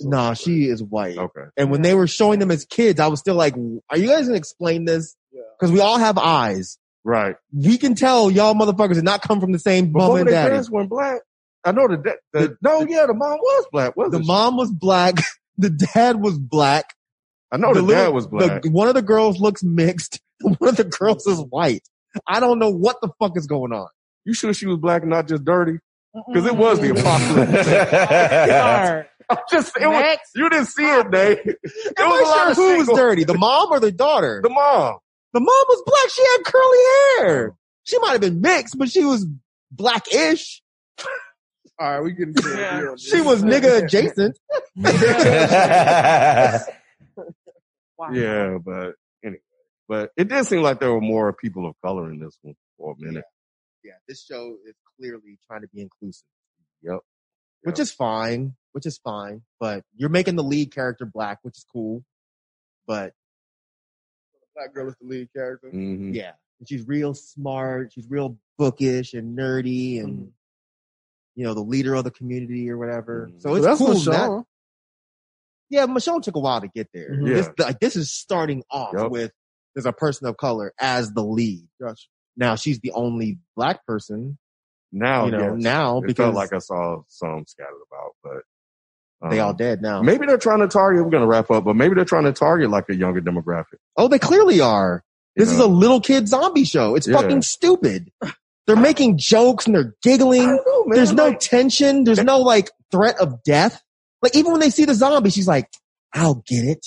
Speaker 5: nah, she is white.
Speaker 1: Okay.
Speaker 5: And when they were showing them as kids, I was still like, "Are you guys gonna explain this?
Speaker 3: Yeah.
Speaker 5: Because we all have eyes.
Speaker 1: Right.
Speaker 5: We can tell y'all motherfuckers did not come from the same
Speaker 1: But
Speaker 5: mom and
Speaker 1: they
Speaker 5: daddy.
Speaker 1: parents weren't black. I know the, da- the, no, yeah, the mom was black. Wasn't
Speaker 5: The
Speaker 1: she?
Speaker 5: mom was black. The dad was black.
Speaker 1: I know the,
Speaker 5: the
Speaker 1: dad
Speaker 5: little-
Speaker 1: was
Speaker 5: The-
Speaker 1: black.
Speaker 5: one of the girls looks mixed. One of the girls is white. I don't know what the fuck is going on.
Speaker 1: you sure she was black and not just dirty? Because it was
Speaker 5: Mm-hmm.
Speaker 1: the apocalypse.
Speaker 4: yeah.
Speaker 2: Alright,
Speaker 1: I'm just, it was,
Speaker 2: next.
Speaker 1: you didn't see it, Nate. It
Speaker 5: I'm
Speaker 1: was a
Speaker 5: not
Speaker 1: lot
Speaker 5: sure
Speaker 1: of
Speaker 5: who
Speaker 1: shit
Speaker 5: was
Speaker 1: going-
Speaker 5: dirty, the mom or the daughter.
Speaker 1: The mom.
Speaker 5: The mom was black. She had curly hair.
Speaker 1: Oh.
Speaker 5: She might have been mixed, but she was blackish.
Speaker 3: All right, we getting to it.
Speaker 2: Yeah.
Speaker 5: She was nigga adjacent.
Speaker 2: Wow.
Speaker 1: Yeah, but anyway. But it did seem like there were more people of color in this one for a minute.
Speaker 5: Yeah, this show is clearly trying to be inclusive,
Speaker 1: Yep.
Speaker 5: which is fine, which is fine. But you're making the lead character black, which is cool. But
Speaker 3: Black girl is the lead character.
Speaker 1: Mhm.
Speaker 5: yeah, she's real smart. She's real bookish and nerdy and,
Speaker 1: Mm-hmm.
Speaker 3: Mhm.
Speaker 5: you know, the leader of the community or whatever.
Speaker 1: Mhm.
Speaker 5: So it's
Speaker 3: that's
Speaker 5: cool.
Speaker 3: Michonne.
Speaker 5: that- yeah, Michonne took a while to get there.
Speaker 3: Mhm.
Speaker 1: Mm-hmm. Yeah.
Speaker 5: This, like, this is starting off
Speaker 1: Yup.
Speaker 5: with there's a person of color as the lead.
Speaker 3: Gotcha.
Speaker 5: Now she's the only black person,
Speaker 1: Now,
Speaker 5: you know,
Speaker 1: Oh, yes.
Speaker 5: now
Speaker 1: it
Speaker 5: because
Speaker 1: felt like I saw some scattered about, but um,
Speaker 5: they all dead now.
Speaker 1: Maybe they're trying to target. We're gonna wrap up, but maybe they're trying to target like a younger demographic.
Speaker 5: oh, they clearly are.
Speaker 1: you
Speaker 5: This is a
Speaker 1: know?
Speaker 5: little kid zombie show. It's
Speaker 1: Yeah.
Speaker 5: fucking stupid. They're making jokes and they're
Speaker 1: I
Speaker 5: giggling.
Speaker 1: don't know, man.
Speaker 5: There's no
Speaker 1: Like,
Speaker 5: tension. There's no like threat of death. Like even when they see the zombie, she's like, I'll get it.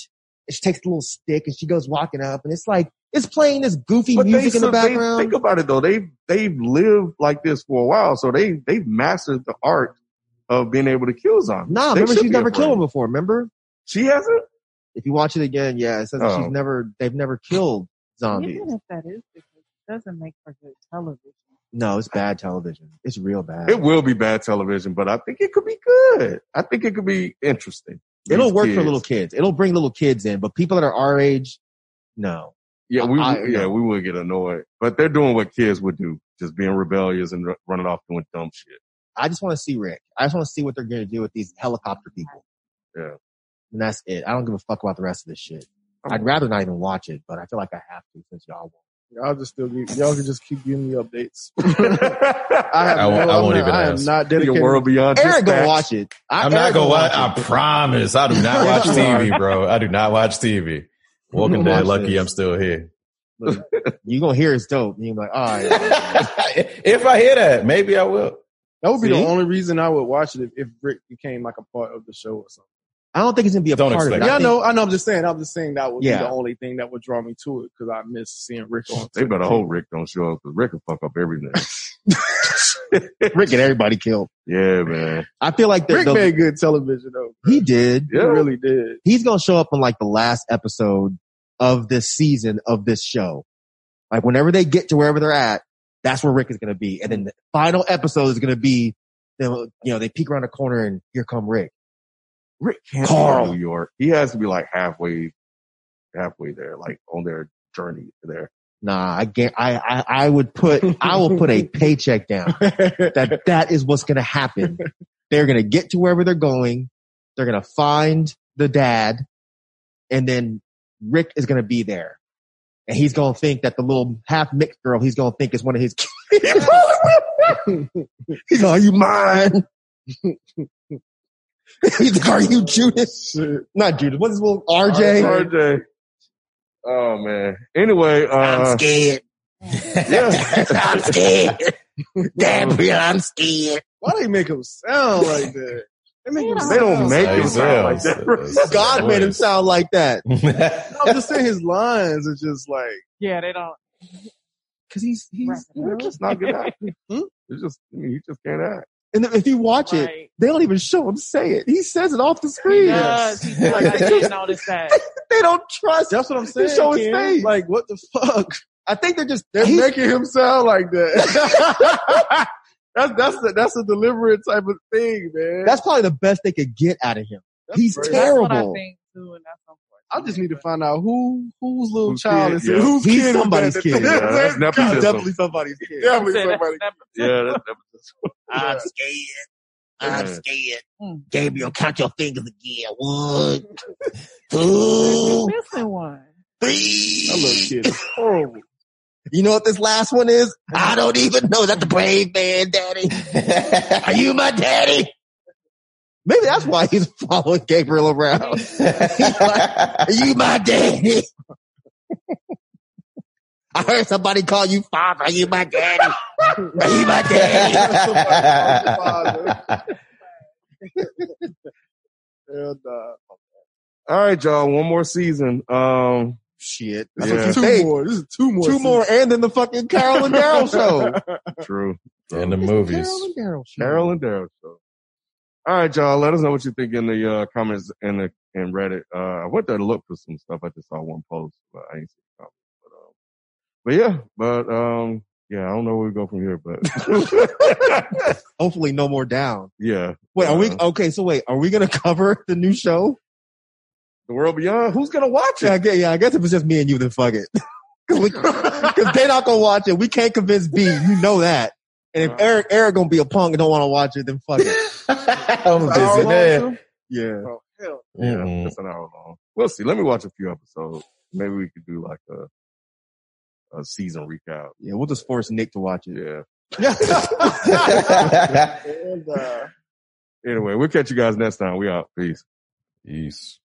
Speaker 5: And she takes the little stick and she goes walking up and it's like, it's playing this goofy
Speaker 1: but they
Speaker 5: music in the
Speaker 1: sur- they-
Speaker 5: background.
Speaker 1: think about it though. They they've lived like this for a while, so they they've mastered the art of being able to kill zombies.
Speaker 5: Nah,
Speaker 1: They
Speaker 5: remember
Speaker 1: should be
Speaker 5: she's never
Speaker 1: afraid.
Speaker 5: killed him before. Remember,
Speaker 1: She hasn't.
Speaker 5: if you watch it again, yeah, it says that
Speaker 1: Oh.
Speaker 5: she's never, they've never killed zombies.
Speaker 2: Even if that is because it doesn't make for good television.
Speaker 5: No, it's bad television. It's real bad.
Speaker 1: It will be bad television, but I think it could be good. I think it could be interesting.
Speaker 5: It, will
Speaker 1: These
Speaker 5: work for
Speaker 1: kids.
Speaker 5: little kids. It'll bring little kids in, but people that are our age, no.
Speaker 1: Yeah, we
Speaker 5: I-
Speaker 1: yeah we would get annoyed, but they're doing what kids would do, just being rebellious and r- running off doing dumb shit.
Speaker 5: I just want to see Rick. I just want to see what they're going to do with these helicopter people.
Speaker 1: Yeah.
Speaker 5: And that's it. I don't give a fuck about the rest of this shit. I'd rather not even watch it, but I feel like I have to since y'all won't.
Speaker 3: Y'all just still give, y'all can just keep giving me updates.
Speaker 1: I
Speaker 3: I have
Speaker 4: I
Speaker 3: no,
Speaker 4: won't- I
Speaker 3: I'm
Speaker 4: won't
Speaker 3: not,
Speaker 4: even
Speaker 3: I am
Speaker 4: ask.
Speaker 3: not
Speaker 1: Your
Speaker 3: dedicated.
Speaker 1: world beyond.
Speaker 5: Eric gonna
Speaker 1: dispatch.
Speaker 5: watch it. I,
Speaker 4: I'm not
Speaker 5: Eric
Speaker 4: gonna watch.
Speaker 5: it.
Speaker 4: I promise. I do not watch TV, bro. I do not watch TV. Walking
Speaker 5: Watch
Speaker 4: Dead. Lucky
Speaker 5: this.
Speaker 4: I'm still here.
Speaker 5: you gonna hear it's dope. And you're like, all right.
Speaker 4: if I hear that, maybe I will.
Speaker 3: That would be
Speaker 5: See?
Speaker 3: the only reason I would watch it if, if Rick became like a part of the show or something.
Speaker 5: I don't think it's gonna be a
Speaker 4: Don't
Speaker 5: part of it.
Speaker 4: expect
Speaker 3: Yeah,
Speaker 5: I
Speaker 3: I
Speaker 5: think-
Speaker 3: know, I know. I'm just saying. I'm just saying that would
Speaker 5: Yeah.
Speaker 3: be the only thing that would draw me to it because I miss seeing Rick on.
Speaker 1: They better hope Rick don't show up because Rick will fuck up everything.
Speaker 5: Rick and everybody killed.
Speaker 1: yeah, man.
Speaker 5: I feel like they're,
Speaker 3: Rick
Speaker 5: they'll-
Speaker 3: made good television though.
Speaker 5: he did.
Speaker 1: Yeah,
Speaker 3: He really did.
Speaker 5: He's gonna show up on like the last episode of this season of this show. Like whenever they get to wherever they're at, that's where Rick is gonna be. And then the final episode is gonna be them, you know, they peek around the corner and here come Rick.
Speaker 1: Rick can't
Speaker 5: Carl.
Speaker 1: Carl. New York. He has to be like halfway, halfway there, like on their journey there.
Speaker 5: Nah, I get I, I I would put I will put a paycheck down. that that is what's going to happen. They're going to get to wherever they're going. They're going to find the dad and then Rick is going to be there. And he's going to think that the little half mixed girl, he's going to think is one of his kids. he's like, are you mine? he's like, are you Judas? Not Judas. What's his little RJ?
Speaker 1: RJ. Oh man. Anyway, uh,
Speaker 5: scared.
Speaker 1: yeah.
Speaker 5: I'm scared. Dad, I'm scared.
Speaker 3: Why they make him sound like that? They make him.
Speaker 1: they don't
Speaker 3: sound
Speaker 1: make
Speaker 3: like-
Speaker 1: him sound like that. bro.
Speaker 5: God made him sound like that.
Speaker 3: I'm just saying his lines are just like
Speaker 2: Yeah, they don't.
Speaker 5: Cause he's, he's,
Speaker 1: They're just not good actors. It's just I mean, you just can't act.
Speaker 5: and if you watch it,
Speaker 2: Right.
Speaker 5: They don't even show him say it. He says it off the
Speaker 2: He
Speaker 5: screen.
Speaker 2: does. He's like, I didn't notice that.
Speaker 5: They don't trust.
Speaker 3: that's what I'm
Speaker 5: They
Speaker 3: saying.
Speaker 5: show his
Speaker 3: Ken.
Speaker 5: face.
Speaker 3: Like what the fuck?
Speaker 5: I think they're just
Speaker 3: They're
Speaker 5: he's-
Speaker 3: making him sound like that. that's that's a, that's a deliberate type of thing, man.
Speaker 5: That's probably the best they could get out of him.
Speaker 3: That's
Speaker 5: he's
Speaker 3: crazy.
Speaker 5: terrible.
Speaker 2: That's what I think too, and that's unfortunate.
Speaker 3: I just need to find out who whose little
Speaker 1: Whose
Speaker 3: child
Speaker 1: kid,
Speaker 3: is
Speaker 1: yeah.
Speaker 3: it. Whose
Speaker 5: He's
Speaker 3: kid is
Speaker 5: somebody's
Speaker 3: that?
Speaker 5: kid.
Speaker 1: Yeah, that's nepotism.
Speaker 5: Definitely somebody's kid.
Speaker 3: Definitely
Speaker 2: Say that's
Speaker 3: somebody.
Speaker 2: never-
Speaker 1: Yeah, that's nepotism.
Speaker 3: I'm
Speaker 5: scared.
Speaker 1: I'm
Speaker 5: scared.
Speaker 2: Mm.
Speaker 5: Gabriel, count your fingers again. One, two,
Speaker 2: missing one.
Speaker 3: That little
Speaker 5: three.
Speaker 3: kid is horrible.
Speaker 5: You know what this last one is? I don't even know. Is that the brave man, daddy? Are you my daddy? Maybe that's why he's following Gabriel around. Are you my daddy? I heard somebody call you father. Are you my daddy? Are you my daddy?
Speaker 3: And, uh,
Speaker 1: All right, y'all. One more season. Um,
Speaker 5: Shit.
Speaker 3: this
Speaker 1: Yeah.
Speaker 3: is two
Speaker 5: Hey,
Speaker 3: more. This is two more.
Speaker 5: Two more and then the fucking Carol and Daryl show.
Speaker 1: true.
Speaker 4: In the movies.
Speaker 5: Carol and Daryl show.
Speaker 1: Daryl and Daryl show. All right, y'all. Let us know what you think in the uh, comments and the in Reddit. Uh, I went there to look for some stuff. I just saw one post, but I ain't seen the comments. But, um, but yeah, but um, yeah, I don't know where we go from here, but
Speaker 5: Hopefully no more down.
Speaker 1: yeah,
Speaker 5: Wait, are we,
Speaker 1: Uh-huh.
Speaker 5: okay, so wait, are we going to cover the new show?
Speaker 1: the world beyond. Who's gonna watch
Speaker 5: Yeah, I
Speaker 1: it?
Speaker 5: guess, yeah, I guess if it's just me and you, then fuck it. Because they're not gonna watch it. We can't convince B. You know that. And if Eric Eric gonna be a punk and don't want to watch it, then fuck it.
Speaker 4: I'm
Speaker 3: An hour
Speaker 4: busy
Speaker 3: long,
Speaker 4: there.
Speaker 3: too?
Speaker 5: Yeah.
Speaker 3: Oh, hell.
Speaker 1: Yeah,
Speaker 4: Mm-mm.
Speaker 1: it's an hour long. We'll see. Let me watch a few episodes. Maybe we could do like a a season recap.
Speaker 5: Yeah. We'll just force Nick to watch it.
Speaker 1: Yeah.
Speaker 3: And, uh,
Speaker 1: Anyway, we'll catch you guys next time. We out. Peace.
Speaker 4: Peace.